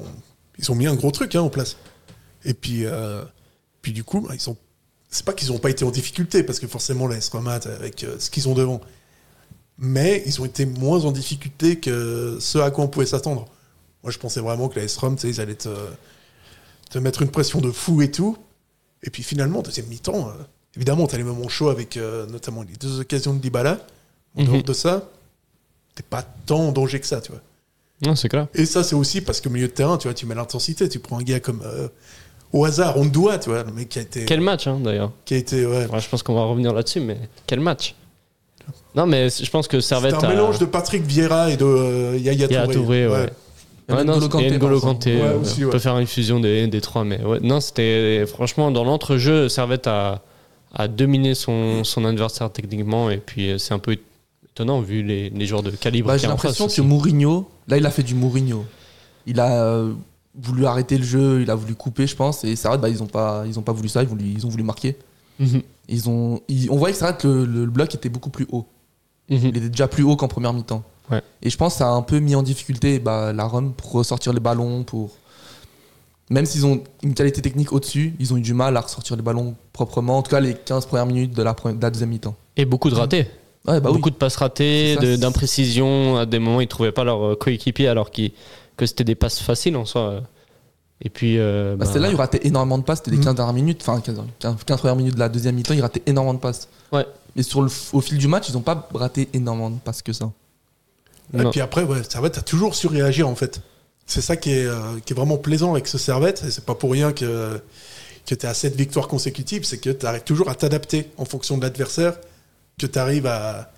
Speaker 6: ils ont mis un gros truc hein, en place. Et puis, euh, puis du coup, bah, ils ont, c'est pas qu'ils n'ont pas été en difficulté, parce que forcément, la S-Romat, avec euh, ce qu'ils ont devant, mais ils ont été moins en difficulté que ce à quoi on pouvait s'attendre. Moi, je pensais vraiment que la S-Rom, tu sais, ils allaient te, te mettre une pression de fou et tout. Et puis finalement, deuxième mi-temps, euh, évidemment, tu as les moments chauds avec euh, notamment les deux occasions de Dybala. En
Speaker 5: Mhm.
Speaker 6: dehors de ça, t'es pas tant en danger que ça, tu vois.
Speaker 5: Non, c'est clair.
Speaker 6: Et ça, c'est aussi parce que milieu de terrain, tu vois, tu mets l'intensité, tu prends un gars comme euh, au hasard, on doit, tu vois, le mec qui a été,
Speaker 5: Quel match, hein, d'ailleurs.
Speaker 6: qui a été, ouais.
Speaker 5: Ouais, je pense qu'on va revenir là-dessus, mais quel match Non, mais c- je pense que
Speaker 6: C'est
Speaker 5: Servette
Speaker 6: un mélange de Patrick Vieira et de euh, Yaya,
Speaker 5: Yaya Touré, ouais.
Speaker 7: Il y a
Speaker 5: Ouais,
Speaker 7: même
Speaker 5: non,
Speaker 7: N'Golo Kanté,
Speaker 5: et
Speaker 7: par
Speaker 5: N'Golo
Speaker 7: exemple.
Speaker 5: Kanté,
Speaker 6: Ouais,
Speaker 5: euh,
Speaker 6: aussi,
Speaker 5: on
Speaker 6: ouais.
Speaker 5: peut faire une fusion des, des trois, mais ouais, non, c'était franchement dans l'entrejeu, Servette a, a dominé son, son adversaire techniquement, et puis euh, c'est un peu étonnant vu les, les joueurs de calibre
Speaker 7: Bah,
Speaker 5: qu'il y
Speaker 7: J'ai
Speaker 5: a en face
Speaker 7: l'impression que
Speaker 5: aussi.
Speaker 7: Mourinho, là, il a fait du Mourinho. Il a euh, voulu arrêter le jeu, il a voulu couper, je pense. Et Servette, bah, ils n'ont pas, ils ont pas voulu ça, ils, voulu- ils ont voulu marquer.
Speaker 5: Mhm,
Speaker 7: Ils ont, ils- on voyait que Servette, le, le bloc était beaucoup plus haut.
Speaker 5: mhm.
Speaker 7: Il était déjà plus haut qu'en première mi-temps.
Speaker 5: Ouais.
Speaker 7: Et je pense que ça a un peu mis en difficulté bah, la Rome pour ressortir les ballons. pour Même s'ils ont une qualité technique au-dessus, ils ont eu du mal à ressortir les ballons proprement. En tout cas, les 15 premières minutes de la, première- de la deuxième mi-temps.
Speaker 5: Et beaucoup de ratés,
Speaker 7: Ouais, bah oui.
Speaker 5: beaucoup de passes ratées,
Speaker 7: C'est ça,
Speaker 5: de-
Speaker 7: c'est-
Speaker 5: d'imprécisions, à des moments ils trouvaient pas leur euh, coéquipier alors qu'ils- que c'était des passes faciles en soi. euh. Et puis, euh,
Speaker 7: Bah,
Speaker 5: bah,
Speaker 7: c'est là, il ratait énormément de passes. C'était les
Speaker 6: Mm.
Speaker 7: 15 dernières minutes, enfin 15, 15 15 premières minutes de la deuxième mi-temps, il ratait énormément de passes.
Speaker 5: Ouais.
Speaker 7: Mais sur le, au fil du match, ils n'ont pas raté énormément de passes que ça.
Speaker 6: Et
Speaker 5: non.
Speaker 6: puis après, ouais, Servette a toujours su réagir, en fait. C'est ça qui est, euh, qui est vraiment plaisant avec ce Servette. Et c'est pas pour rien que, que tu as sept victoires consécutives. C'est que tu arrives toujours à t'adapter en fonction de l'adversaire, que tu arrives à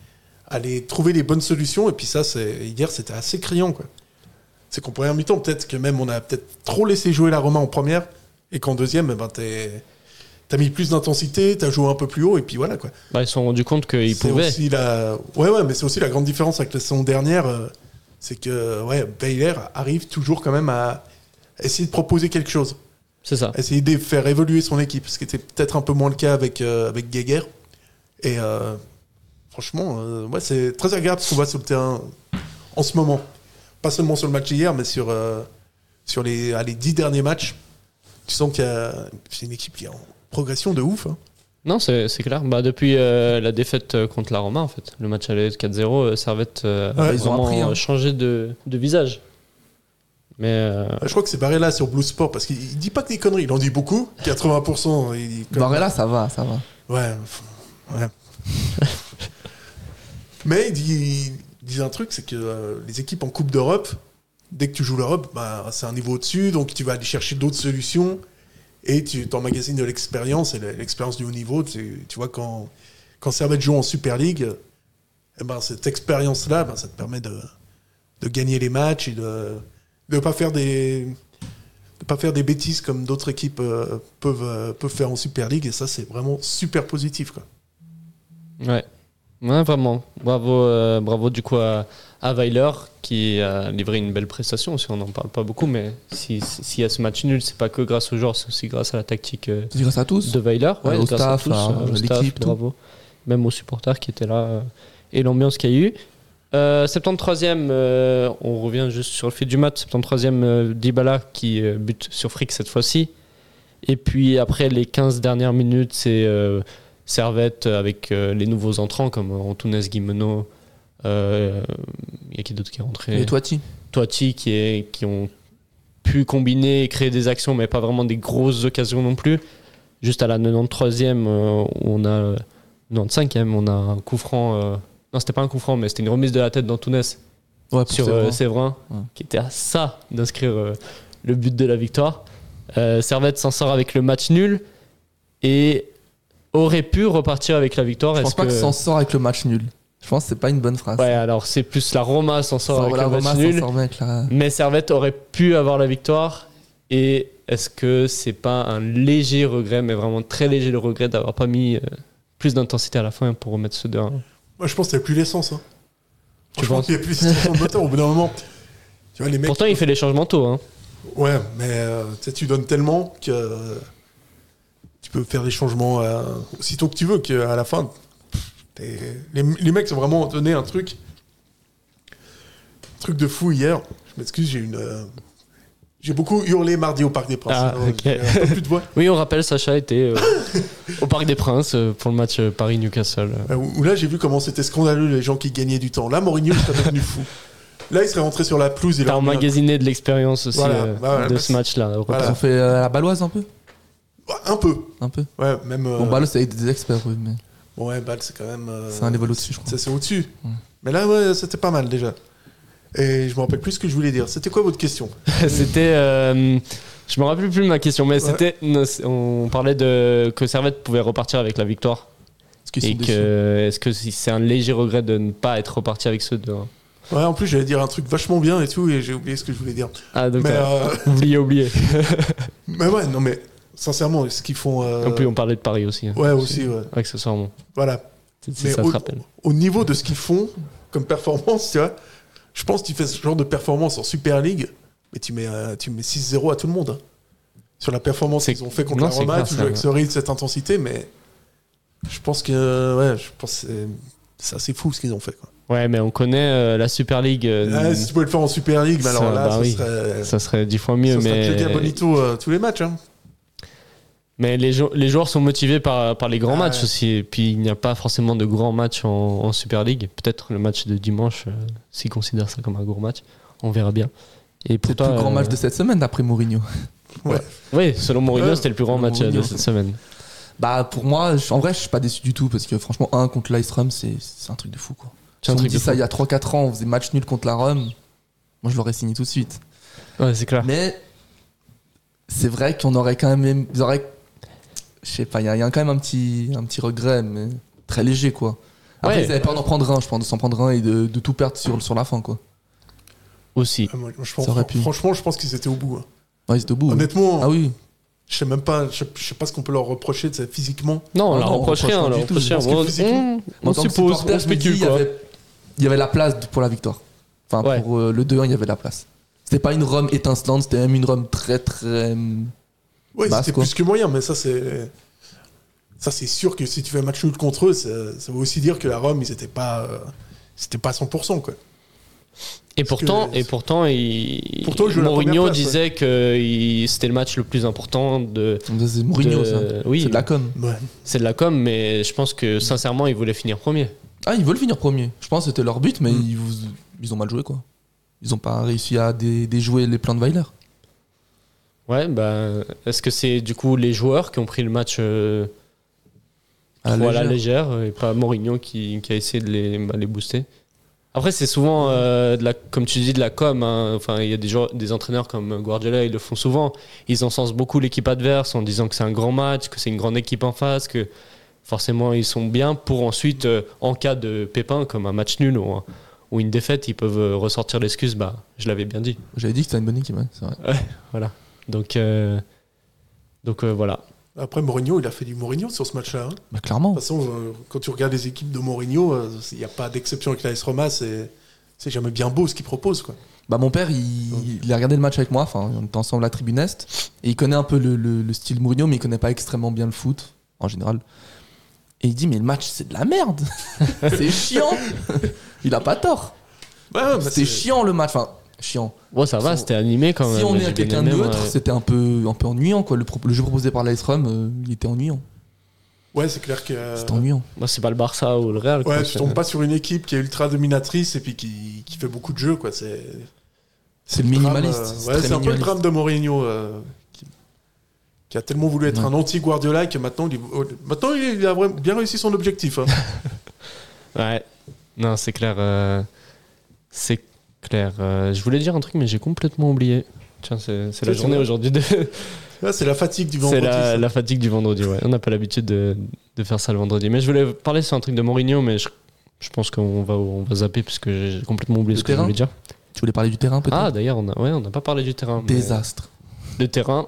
Speaker 6: à aller trouver les bonnes solutions. Et puis ça, c'est- hier, c'était assez criant. quoi. C'est qu'en première mi-temps, peut-être que même on a peut-être trop laissé jouer la Roma en première et qu'en deuxième, eh ben, t'es- t'as mis plus d'intensité, t'as joué un peu plus haut. Et puis voilà. quoi.
Speaker 5: bah, ils se sont rendus compte qu'ils
Speaker 6: C'est
Speaker 5: pouvaient.
Speaker 6: Aussi la... Ouais, ouais, mais c'est aussi la grande différence avec la saison dernière, euh, c'est que ouais, Baylor arrive toujours quand même à essayer de proposer quelque chose,
Speaker 5: C'est ça.
Speaker 6: à essayer de faire évoluer son équipe, ce qui était peut-être un peu moins le cas avec, euh, avec Geiger. Et euh, franchement, euh, ouais, c'est très agréable ce qu'on voit sur le terrain en ce moment. Pas seulement sur le match d'hier, mais sur, euh, sur les, ah, les dix derniers matchs. Tu sens qu'il y a c'est une équipe qui est en progression de ouf. hein.
Speaker 5: Non, c'est c'est clair. Bah, depuis euh, la défaite euh, contre la Roma, en fait, le match allait 4-0, euh, Servette euh, a
Speaker 6: Ouais,
Speaker 7: ils ont
Speaker 5: vraiment
Speaker 7: appris, hein.
Speaker 5: euh, changé de, de visage. Mais euh,
Speaker 6: Bah, Je crois que c'est Barella sur Blue Sport parce qu'il il dit pas que des conneries. Il en dit beaucoup, 80%. Il dit comme-
Speaker 7: Barella, ça va, ça va.
Speaker 6: Ouais. pff, ouais. Mais il dit, il dit un truc, c'est que euh, les équipes en Coupe d'Europe, dès que tu joues l'Europe, bah, c'est un niveau au-dessus, donc tu vas aller chercher d'autres solutions et tu t'emmagasines de l'expérience et l'expérience du haut niveau. Tu, tu vois, quand, quand Servette joue en Super League, euh, eh ben, cette expérience-là, ben, ça te permet de, de gagner les matchs et de ne pas faire des de pas faire des bêtises comme d'autres équipes euh, peuvent, euh, peuvent faire en Super League. Et ça, c'est vraiment super positif. Quoi.
Speaker 5: ouais. Ouais, vraiment. Bravo, euh, bravo du coup à, à Weiler qui a livré une belle prestation. aussi. on n'en parle pas beaucoup, mais si- si- s'il y a ce match nul, c'est pas que grâce aux joueurs, c'est aussi grâce à la tactique euh,
Speaker 7: Tu dis grâce à tous.
Speaker 5: de Weiler,
Speaker 7: Ouais, au
Speaker 5: grâce à
Speaker 7: staff,
Speaker 5: tous,
Speaker 7: à
Speaker 5: euh, au staff,
Speaker 7: l'équipe, tout.
Speaker 5: bravo. Même aux supporters qui étaient là euh, et l'ambiance qu'il y a eu. Euh, 73e, euh, on revient juste sur le fil du match. 73e, euh, Dybala qui euh, bute sur Frick cette fois-ci. Et puis après les 15 dernières minutes, c'est euh, Servette avec euh, les nouveaux entrants comme Antunes Guimeno. euh, Il y a qui d'autre qui est rentré
Speaker 7: Et Toiti.
Speaker 5: Toiti qui, est, qui ont pu combiner et créer des actions, mais pas vraiment des grosses occasions non plus. Juste à la 93e, euh, on a 95e, on a un coup franc. euh, non, c'était pas un coup franc, mais c'était une remise de la tête d'Antunes
Speaker 7: Ouais, pour
Speaker 5: sur
Speaker 7: Sévran.
Speaker 5: euh, Séverin,
Speaker 7: Ouais.
Speaker 5: qui était à ça d'inscrire euh, le but de la victoire. Euh, Servette s'en sort avec le match nul et aurait pu repartir avec la victoire.
Speaker 7: Je pense
Speaker 5: Est-ce
Speaker 7: pas que, s'en sort avec le match nul. Je pense que c'est pas une bonne phrase.
Speaker 5: Ouais, alors c'est plus la Roma s'en sort
Speaker 7: Sort
Speaker 5: avec
Speaker 7: la
Speaker 5: le match
Speaker 7: Roma, s'en
Speaker 5: nul.
Speaker 7: sort bien avec la-
Speaker 5: Mais Servette aurait pu avoir la victoire. Et est-ce que c'est pas un léger regret, mais vraiment très léger le regret d'avoir pas mis euh, plus d'intensité à la fin pour remettre ce 2-1
Speaker 6: Moi, je pense qu'il n'y a plus l'essence. Hein.
Speaker 5: Tu
Speaker 6: je pense
Speaker 5: penses
Speaker 6: qu'il n'y a plus l'essence de moteur. Au bout d'un moment, tu vois, les mecs.
Speaker 5: Pourtant, il fait les changements tôt. Hein.
Speaker 6: Ouais, mais euh, tu sais, tu donnes tellement que euh, tu peux faire des changements euh, aussitôt que tu veux, qu'à la fin, t'es- les, les mecs sont vraiment donné un truc. un truc de fou hier. Je m'excuse, j'ai une. euh, j'ai beaucoup hurlé mardi au Parc des Princes.
Speaker 5: Ah,
Speaker 6: Alors,
Speaker 5: ok.
Speaker 6: j'ai un peu plus de voix.
Speaker 5: Oui, on rappelle, Sacha était euh, au Parc des Princes euh, pour le match euh, Paris-Newcastle.
Speaker 6: Euh, Où où là, j'ai vu comment c'était scandaleux les gens qui gagnaient du temps. Là, Mourinho serait devenu fou. Là, il serait rentré sur la pelouse. et
Speaker 5: T'as
Speaker 6: leur-
Speaker 5: emmagasiné de l'expérience aussi
Speaker 6: Voilà,
Speaker 5: euh,
Speaker 6: bah voilà,
Speaker 5: de
Speaker 6: bah
Speaker 5: ce
Speaker 6: c'est-
Speaker 5: match-là.
Speaker 7: Ils
Speaker 6: Voilà.
Speaker 7: ont fait euh, la balloise un peu
Speaker 6: Un peu.
Speaker 7: Un peu.
Speaker 6: Ouais, même. euh,
Speaker 7: Bon, Balloise, c'est avec des experts, oui, mais
Speaker 6: bon, ouais, Bâle, c'est quand même. euh,
Speaker 7: c'est un level au-dessus, je crois.
Speaker 6: ça, c'est au-dessus.
Speaker 7: Ouais.
Speaker 6: Mais là, ouais, c'était pas mal déjà. Et je me rappelle plus ce que je voulais dire. C'était quoi votre question
Speaker 5: C'était. euh, je me rappelle plus de ma question, mais c'était. non, c'est- On parlait de que Servette pouvait repartir avec la victoire.
Speaker 7: Parce qu'ils
Speaker 5: Et
Speaker 7: sont déçus.
Speaker 5: que est-ce que si- c'est un léger regret de ne pas être reparti avec ceux de
Speaker 6: Ouais, en plus, j'allais dire un truc vachement bien et tout, et j'ai oublié ce que je voulais dire.
Speaker 5: Ah donc
Speaker 6: Mais,
Speaker 5: euh,
Speaker 6: euh,
Speaker 5: oublié oublié.
Speaker 6: mais ouais, non, mais sincèrement, ce qu'ils font. euh,
Speaker 5: En plus on parlait de Paris aussi. hein.
Speaker 6: Ouais, aussi, ouais.
Speaker 5: Accessoirement.
Speaker 6: Voilà.
Speaker 5: Si si
Speaker 6: Mais
Speaker 5: ça
Speaker 6: au,
Speaker 5: te rappelle.
Speaker 6: au niveau de ce qu'ils font comme performance, tu vois, je pense que tu fais ce genre de performance en Super League, mais tu mets, euh, tu mets 6-0 à tout le monde. hein. Sur la performance
Speaker 5: C'est-
Speaker 6: qu'ils ont fait contre
Speaker 5: non,
Speaker 6: la
Speaker 5: c'est
Speaker 6: Roma,
Speaker 5: clair,
Speaker 6: tu
Speaker 5: ça,
Speaker 6: joues avec
Speaker 5: ouais.
Speaker 6: ce rythme, cette intensité, mais je pense que euh, ouais, je pense que c'est- c'est assez fou ce qu'ils ont fait. Quoi.
Speaker 5: Ouais mais on connaît euh, la Super League. euh,
Speaker 6: Ah, si tu pouvais le faire en Super League, bah
Speaker 5: ça,
Speaker 6: alors là,
Speaker 5: bah
Speaker 6: ça
Speaker 5: oui.
Speaker 6: serait.
Speaker 5: ça serait dix fois mieux
Speaker 6: ça serait
Speaker 5: mais
Speaker 6: Claudia Bonito euh, tous les matchs. hein.
Speaker 5: mais les, jou- les joueurs sont motivés par, par les grands
Speaker 6: Ah,
Speaker 5: matchs
Speaker 6: ouais.
Speaker 5: aussi et puis il n'y a pas forcément de grands matchs en, en Super League peut-être le match de dimanche euh, s'ils considèrent ça comme un gros match on verra bien et pour
Speaker 7: C'est le
Speaker 5: toi
Speaker 7: plus grand
Speaker 5: euh,
Speaker 7: match de cette semaine, d'après Mourinho.
Speaker 5: oui selon Mourinho
Speaker 6: Ouais,
Speaker 5: c'était le plus grand
Speaker 7: selon
Speaker 5: match euh, de
Speaker 7: Mourinho.
Speaker 5: cette semaine
Speaker 7: Bah, pour moi, je- en vrai, je suis pas déçu du tout, parce que franchement, un contre l'Aistrum, c'est c'est un truc de fou, quoi.
Speaker 5: C'est
Speaker 7: Si
Speaker 5: un
Speaker 7: on me
Speaker 5: truc
Speaker 7: dit
Speaker 5: de
Speaker 7: ça
Speaker 5: fou.
Speaker 7: il y a 3-4 ans, on faisait match nul contre la Rome, moi, je l'aurais signé tout de suite.
Speaker 5: ouais c'est clair
Speaker 7: Mais c'est vrai qu'on aurait quand même. Ils auraient. Je sais pas, il y, a- il y a quand même un petit, un petit regret, mais très léger quoi. Après,
Speaker 5: Ouais.
Speaker 7: ils avaient peur d'en prendre un, je pense, de s'en prendre un et de, de tout perdre sur, sur la fin quoi.
Speaker 5: aussi
Speaker 6: Ah, moi, je pense-
Speaker 7: Ça aurait pu.
Speaker 6: franchement, je pense qu'ils étaient au bout. hein.
Speaker 7: Ouais, ils étaient au bout.
Speaker 6: Honnêtement,
Speaker 7: Ah oui,
Speaker 6: je sais même pas, je, je sais pas ce qu'on peut leur reprocher tu sais, physiquement.
Speaker 5: Non, on
Speaker 7: Ah
Speaker 5: leur
Speaker 7: non, on
Speaker 5: reproche
Speaker 7: reproche
Speaker 5: rien,
Speaker 7: pas
Speaker 5: on leur
Speaker 7: du tout,
Speaker 5: reproche
Speaker 7: je
Speaker 5: rien.
Speaker 7: pense
Speaker 5: On,
Speaker 7: que physiquement-
Speaker 5: on-
Speaker 7: En
Speaker 5: on
Speaker 7: tant que
Speaker 5: suppose,
Speaker 7: supporter,
Speaker 5: on
Speaker 7: je me dis,
Speaker 5: spécule
Speaker 7: il y
Speaker 5: quoi.
Speaker 7: avait- Il y avait la place pour la victoire. Enfin,
Speaker 5: Ouais.
Speaker 7: pour euh, le 2-1, il y avait la place. C'était pas une Rome étincelante, c'était même une Rome très très. hum,
Speaker 6: Ouais,
Speaker 7: Bah,
Speaker 6: c'était
Speaker 7: c'est quoi.
Speaker 6: plus que moyen, mais ça c'est ça c'est sûr que si tu fais un match nul contre eux, ça, ça veut aussi dire que la Rome ils étaient pas euh, c'était pas à 100% quoi.
Speaker 5: Et pourtant,
Speaker 6: que-
Speaker 5: et pourtant, il,
Speaker 6: Pourtant, il joue à la première
Speaker 5: Mourinho
Speaker 6: place,
Speaker 5: disait que il- c'était le match le plus important de.
Speaker 7: ça, C'est Mourinho,
Speaker 5: de-
Speaker 7: ça.
Speaker 5: oui.
Speaker 7: C'est de la com.
Speaker 6: Ouais.
Speaker 5: C'est de la com, mais je pense que sincèrement, il voulait finir premier.
Speaker 7: Ah, ils veulent finir premier. Je pense que c'était leur but, mais ils, vous- ils ont mal joué quoi. ils n'ont pas réussi à dé- déjouer les plans de Weiler.
Speaker 5: Ouais, ben, est-ce que c'est du coup les joueurs qui ont pris le match euh,
Speaker 7: À la
Speaker 5: trop à la
Speaker 7: légère.
Speaker 5: légère et pas Mourinho qui, qui a essayé de les, bah, les booster Après, c'est souvent, euh, de la, comme tu dis, de la com. hein. Enfin, il y a des, joueurs- des entraîneurs comme Guardiola, ils le font souvent. Ils encensent beaucoup l'équipe adverse en disant que c'est un grand match, que c'est une grande équipe en face, que forcément ils sont bien pour ensuite, euh, en cas de pépin, comme un match nul ou, un- ou une défaite, ils peuvent euh, ressortir l'excuse. Bah, je l'avais bien dit.
Speaker 7: J'avais dit que c'était une bonne équipe, ouais, c'est vrai.
Speaker 5: Donc, euh, donc euh, voilà.
Speaker 6: Après, Mourinho, il a fait du Mourinho sur ce match-là. hein. De
Speaker 7: Bah, clairement.
Speaker 6: toute façon, euh, quand tu regardes les équipes de Mourinho, euh, il n'y a pas d'exception avec l'AS Roma. C'est c'est jamais bien beau ce qu'il propose. Quoi.
Speaker 7: Bah, mon père, il, il a regardé le match avec moi, enfin, on était ensemble à la tribune Est, et il connaît un peu le, le- le style Mourinho, mais il connaît pas extrêmement bien le foot, en général. Et il dit, mais le match, c'est de la merde C'est chiant Il a pas tort
Speaker 6: Ouais,
Speaker 7: C'était chiant le match, enfin, chiant.
Speaker 5: Ouais, ça va,
Speaker 7: Sans-
Speaker 5: c'était animé quand même.
Speaker 7: si on est
Speaker 5: J'ai
Speaker 7: à
Speaker 5: bien
Speaker 7: quelqu'un
Speaker 5: aimé, moi.
Speaker 7: d'autre, c'était un peu, un peu ennuyant, quoi. Le, pro- le jeu proposé par l'Icefrom, euh, il était ennuyant.
Speaker 6: Euh. Ouais, c'est clair que. euh,
Speaker 7: C'était ennuyant.
Speaker 5: Moi, c'est pas le Barça ou le Real. quoi,
Speaker 6: Ouais, tu
Speaker 5: c'est-
Speaker 6: tombes pas sur une équipe qui est ultra dominatrice et puis qui, qui fait beaucoup de jeux. quoi. C'est
Speaker 7: C'est le
Speaker 6: drame,
Speaker 7: minimaliste.
Speaker 6: euh,
Speaker 7: c'est
Speaker 6: ouais,
Speaker 7: très
Speaker 6: c'est un peu le
Speaker 7: minimaliste.
Speaker 6: drame de Mourinho euh, qui, qui a tellement voulu être
Speaker 7: Ouais.
Speaker 6: un anti-Guardiola que maintenant, il, est- maintenant il a vraiment bien réussi son objectif. hein.
Speaker 5: Ouais. Non, c'est clair. euh, C'est clair. euh, Je voulais dire un truc, mais j'ai complètement oublié. Tiens, c'est c'est la
Speaker 6: C'est
Speaker 5: journée
Speaker 6: vrai.
Speaker 5: aujourd'hui. de-
Speaker 6: Là, c'est la fatigue du
Speaker 5: C'est
Speaker 6: vendredi.
Speaker 5: la,
Speaker 6: ça.
Speaker 5: la fatigue du vendredi, ouais. On n'a pas l'habitude de, de faire ça le vendredi. Mais je voulais parler sur un truc de Mourinho, mais je, je pense qu'on va, on va zapper parce que j'ai complètement oublié
Speaker 7: Le
Speaker 5: ce que je
Speaker 7: terrain
Speaker 5: voulais dire.
Speaker 7: Tu voulais parler du terrain peut-être
Speaker 5: Ah, d'ailleurs, on n'a ouais, on n'a pas parlé du terrain. mais-
Speaker 7: Désastre.
Speaker 5: Le terrain,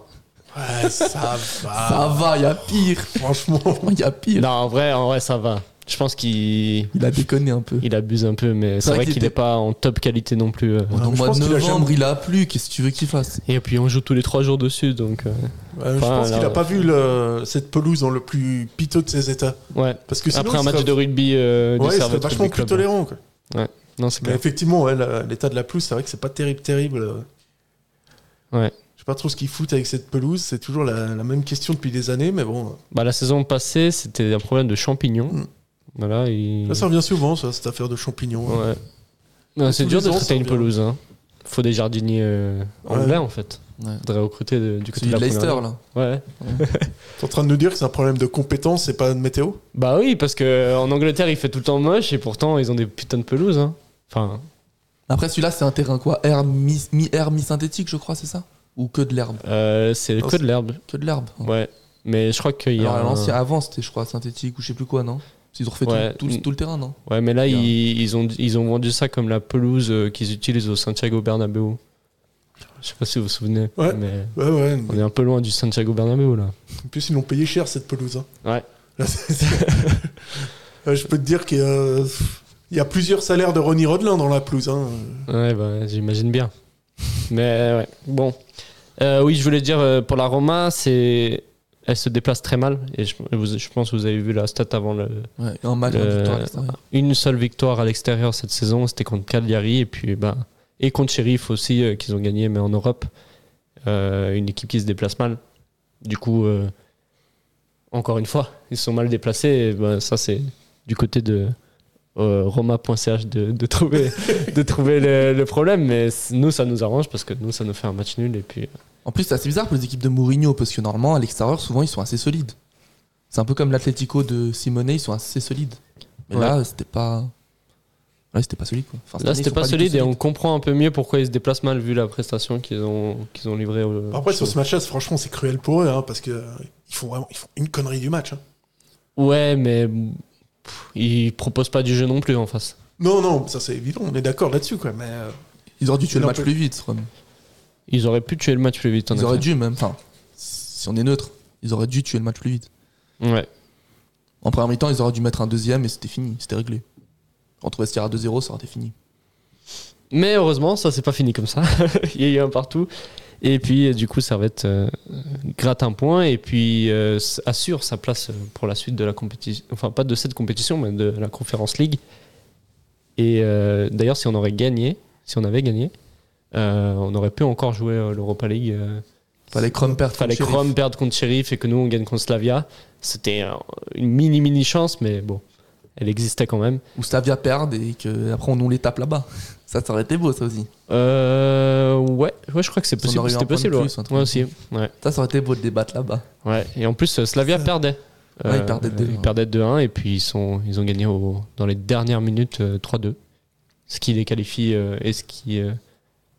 Speaker 6: Ouais, ça va.
Speaker 7: Ça va, il y a pire.
Speaker 6: Franchement.
Speaker 7: Il y a pire.
Speaker 5: Non, en vrai, en vrai, ça va. Je pense qu'il
Speaker 7: Il a déconné un peu.
Speaker 5: il abuse un peu, mais c'est vrai qu'il n'est
Speaker 7: était-
Speaker 5: pas en top qualité non plus. euh.
Speaker 7: Au
Speaker 6: mais je
Speaker 7: mois
Speaker 6: pense
Speaker 7: de
Speaker 6: qu'il a
Speaker 7: novembre,
Speaker 6: jamais-
Speaker 7: il a plu. Qu'est-ce que tu veux qu'il fasse
Speaker 5: Et puis on joue tous les trois jours dessus, donc euh,
Speaker 6: Euh, je
Speaker 5: Enfin,
Speaker 6: pense qu'il
Speaker 5: là,
Speaker 6: n'a pas vu le- cette pelouse dans le plus piteux de ses états.
Speaker 5: ouais.
Speaker 6: Parce que sinon,
Speaker 5: Après un
Speaker 6: il
Speaker 5: match
Speaker 6: serait-
Speaker 5: de rugby euh, du
Speaker 6: ouais, il serait
Speaker 5: Servette
Speaker 6: vachement
Speaker 5: Rugby
Speaker 6: plus
Speaker 5: Club.
Speaker 6: tolérant. quoi.
Speaker 5: Non, c'est
Speaker 6: Mais
Speaker 5: clair.
Speaker 6: effectivement, ouais, la- l'état de la pelouse, c'est vrai que c'est pas terrible, terrible. euh.
Speaker 5: Ouais.
Speaker 6: Je sais pas trop ce qu'ils foutent avec cette pelouse. C'est toujours la, la même question depuis des années, mais bon,
Speaker 5: Bah, la saison passée, c'était un problème de champignons.
Speaker 6: Mm.
Speaker 5: Voilà. et-
Speaker 6: là, ça revient souvent, ça, cette affaire de champignons. hein.
Speaker 5: Ouais. Non, c'est
Speaker 6: Tous
Speaker 5: dur
Speaker 6: les
Speaker 5: de
Speaker 6: ans, ça
Speaker 5: traiter une
Speaker 6: revient.
Speaker 5: pelouse. Hein. Faut des jardiniers euh, anglais en fait.
Speaker 7: Ouais.
Speaker 5: Faudrait recruter de- du côté
Speaker 7: Celui
Speaker 5: de
Speaker 7: de
Speaker 5: la
Speaker 7: Leicester,
Speaker 5: première.
Speaker 7: là.
Speaker 5: Ouais.
Speaker 6: T'es en train de nous dire que c'est un problème de compétence et pas de météo
Speaker 5: Bah oui, parce que euh, en Angleterre, il fait tout le temps moche et pourtant ils ont des putains de pelouses. Hein. Enfin,
Speaker 7: Après, celui-là, c'est un terrain quoi Herbe, mi- Mi-herbe, mi-synthétique, je crois, c'est ça Ou que de l'herbe
Speaker 5: euh,
Speaker 6: Ah,
Speaker 5: c'est
Speaker 7: Non,
Speaker 5: que
Speaker 7: c'est-
Speaker 5: de l'herbe.
Speaker 7: Que de l'herbe. hein.
Speaker 6: Mm.
Speaker 5: Ouais, mais je crois qu'il y a.
Speaker 7: Alors, à
Speaker 5: un-
Speaker 7: l'ancien- avant, c'était, je crois, synthétique ou je sais plus quoi, non Ils ont refait tout-
Speaker 5: Ouais.
Speaker 7: tout, le- tout le terrain, non
Speaker 5: Ouais, mais là,
Speaker 7: Il y a un-
Speaker 5: ils, ils ont, ils ont vendu ça comme la pelouse euh, qu'ils utilisent au Santiago Bernabéu. Je sais pas si vous vous souvenez,
Speaker 6: Ouais.
Speaker 5: mais
Speaker 6: Ouais, ouais.
Speaker 5: on est un peu loin du Santiago Bernabéu là.
Speaker 6: En plus, ils l'ont payé cher, cette pelouse. hein.
Speaker 5: Ouais.
Speaker 6: Là, c'est- Euh, Je peux te dire qu'il y a- il y a plusieurs salaires de Ronnie Rodelin dans la pelouse. hein.
Speaker 5: Ouais, bah, j'imagine bien. mais euh, ouais, bon. Euh, oui, je voulais dire euh, pour la Roma, c'est. Elle se déplace très mal et je, vous- je pense que vous avez vu la stat avant le.
Speaker 7: Ouais, un match,
Speaker 5: le-
Speaker 7: une victoire, etc.
Speaker 5: une seule victoire à l'extérieur cette saison, c'était contre Cagliari et puis bah, et contre Sheriff aussi euh, qu'ils ont gagné mais en Europe, Euh, une équipe qui se déplace mal. Du coup, euh, encore une fois, ils sont mal déplacés. et, bah, ça c'est du côté de euh, Roma.ch de, de trouver de trouver le, le problème, mais c- nous ça nous arrange parce que nous ça nous fait un match nul et puis
Speaker 7: En plus, c'est assez bizarre pour les équipes de Mourinho, parce que normalement, à l'extérieur, souvent, ils sont assez solides. C'est un peu comme l'Atlético de Simone, ils sont assez solides. Mais
Speaker 5: Ouais.
Speaker 7: là, c'était pas. Là, c'était pas solide, quoi. Enfin, cette
Speaker 5: là
Speaker 7: année, ils
Speaker 5: c'était
Speaker 7: sont
Speaker 5: pas,
Speaker 7: du tout
Speaker 5: solide et on
Speaker 7: solides.
Speaker 5: comprend un peu mieux pourquoi ils se déplacent mal vu la prestation qu'ils ont qu'ils ont livrée. au-
Speaker 6: Après, sur ce match-là, c'est- franchement, c'est cruel pour eux, hein, parce que euh, ils font vraiment ils font une connerie du match. hein.
Speaker 5: Ouais, mais pff, il propose pas du jeu non plus en face.
Speaker 6: Non, non, ça c'est évident, on est d'accord là-dessus, quoi. Mais euh,
Speaker 7: Ils auraient dû tuer le
Speaker 6: Non,
Speaker 7: match
Speaker 6: plus-
Speaker 7: plus vite, Rome.
Speaker 5: Ils auraient pu tuer le match plus vite. en
Speaker 7: Ils auraient
Speaker 5: effet.
Speaker 7: dû, même. Enfin, si on est neutre, ils auraient dû tuer le match plus vite.
Speaker 5: Ouais.
Speaker 7: En première mi-temps, ils auraient dû mettre un deuxième et c'était fini, c'était réglé. Entre Vestiaire à 2-0, ça aurait été fini.
Speaker 5: Mais heureusement, ça s'est pas fini comme ça. il y a eu un partout. Et puis, euh, du coup, Servette euh, gratte un point et puis euh, s- assure sa place euh, pour la suite de la compétition. Enfin, pas de cette compétition, mais de la Conference League. Et euh, d'ailleurs, si on aurait gagné, si on avait gagné, euh, on aurait pu encore jouer euh, l'Europa League. euh,
Speaker 7: Fallait Chrome perdre.
Speaker 5: fallait que
Speaker 7: contre
Speaker 5: Rome perde contre Sheriff et que nous on gagne contre Slavia. C'était euh, une mini mini chance, mais bon, elle existait quand même.
Speaker 7: Ou Slavia perdent et qu'après on nous les tape là-bas. Ça, ça aurait été beau, ça aussi.
Speaker 5: Euh, ouais, ouais, je crois que c'est
Speaker 7: On
Speaker 5: possible.
Speaker 7: aurait eu un
Speaker 5: C'était
Speaker 7: point de
Speaker 5: possible, ouais.
Speaker 7: plus, un
Speaker 5: Ouais,
Speaker 7: truc comme
Speaker 5: aussi. Ouais,
Speaker 7: Ça, ça aurait été beau de débattre là-bas.
Speaker 5: ouais. Et en plus, euh, Slavia perdait. Euh,
Speaker 7: Ouais, ils perdaient 2-1.
Speaker 5: ils perdaient 2-1 et puis ils, sont, ils ont gagné au- dans les dernières minutes euh, 3-2. Ce qui les qualifie euh, et ce qui, euh,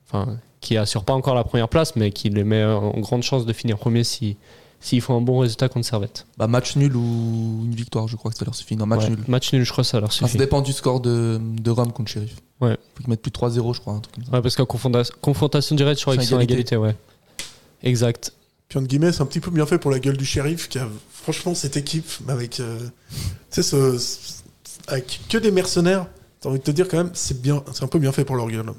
Speaker 5: enfin, qui assure pas encore la première place, mais qui les met en grande chance de finir premier si s'ils font un bon résultat contre Servette.
Speaker 7: Bah, match nul ou une victoire, je crois que ça leur suffit. Non, match
Speaker 5: Ouais.
Speaker 7: nul. Ah,
Speaker 5: Match nul, je crois, ça leur
Speaker 7: Enfin, ça
Speaker 5: suffit.
Speaker 7: dépend du score de, de Rome contre Sheriff.
Speaker 5: Ouais.
Speaker 7: Faut qu'ils mettent plus de 3-0, je crois, un truc comme ça.
Speaker 5: Ouais, parce qu'en confronta- confrontation directe, je crois
Speaker 7: Sans
Speaker 5: qu'ils sont à
Speaker 7: égalité.
Speaker 5: égalité, ouais. Exact.
Speaker 6: Puis entre guillemets, c'est un petit peu bien fait pour la gueule du shérif, qui a franchement cette équipe, mais avec, euh, tu sais, ce- ce- avec que des mercenaires, t'as envie de te dire quand même, c'est bien, c'est un peu bien fait pour leur gueule. Non,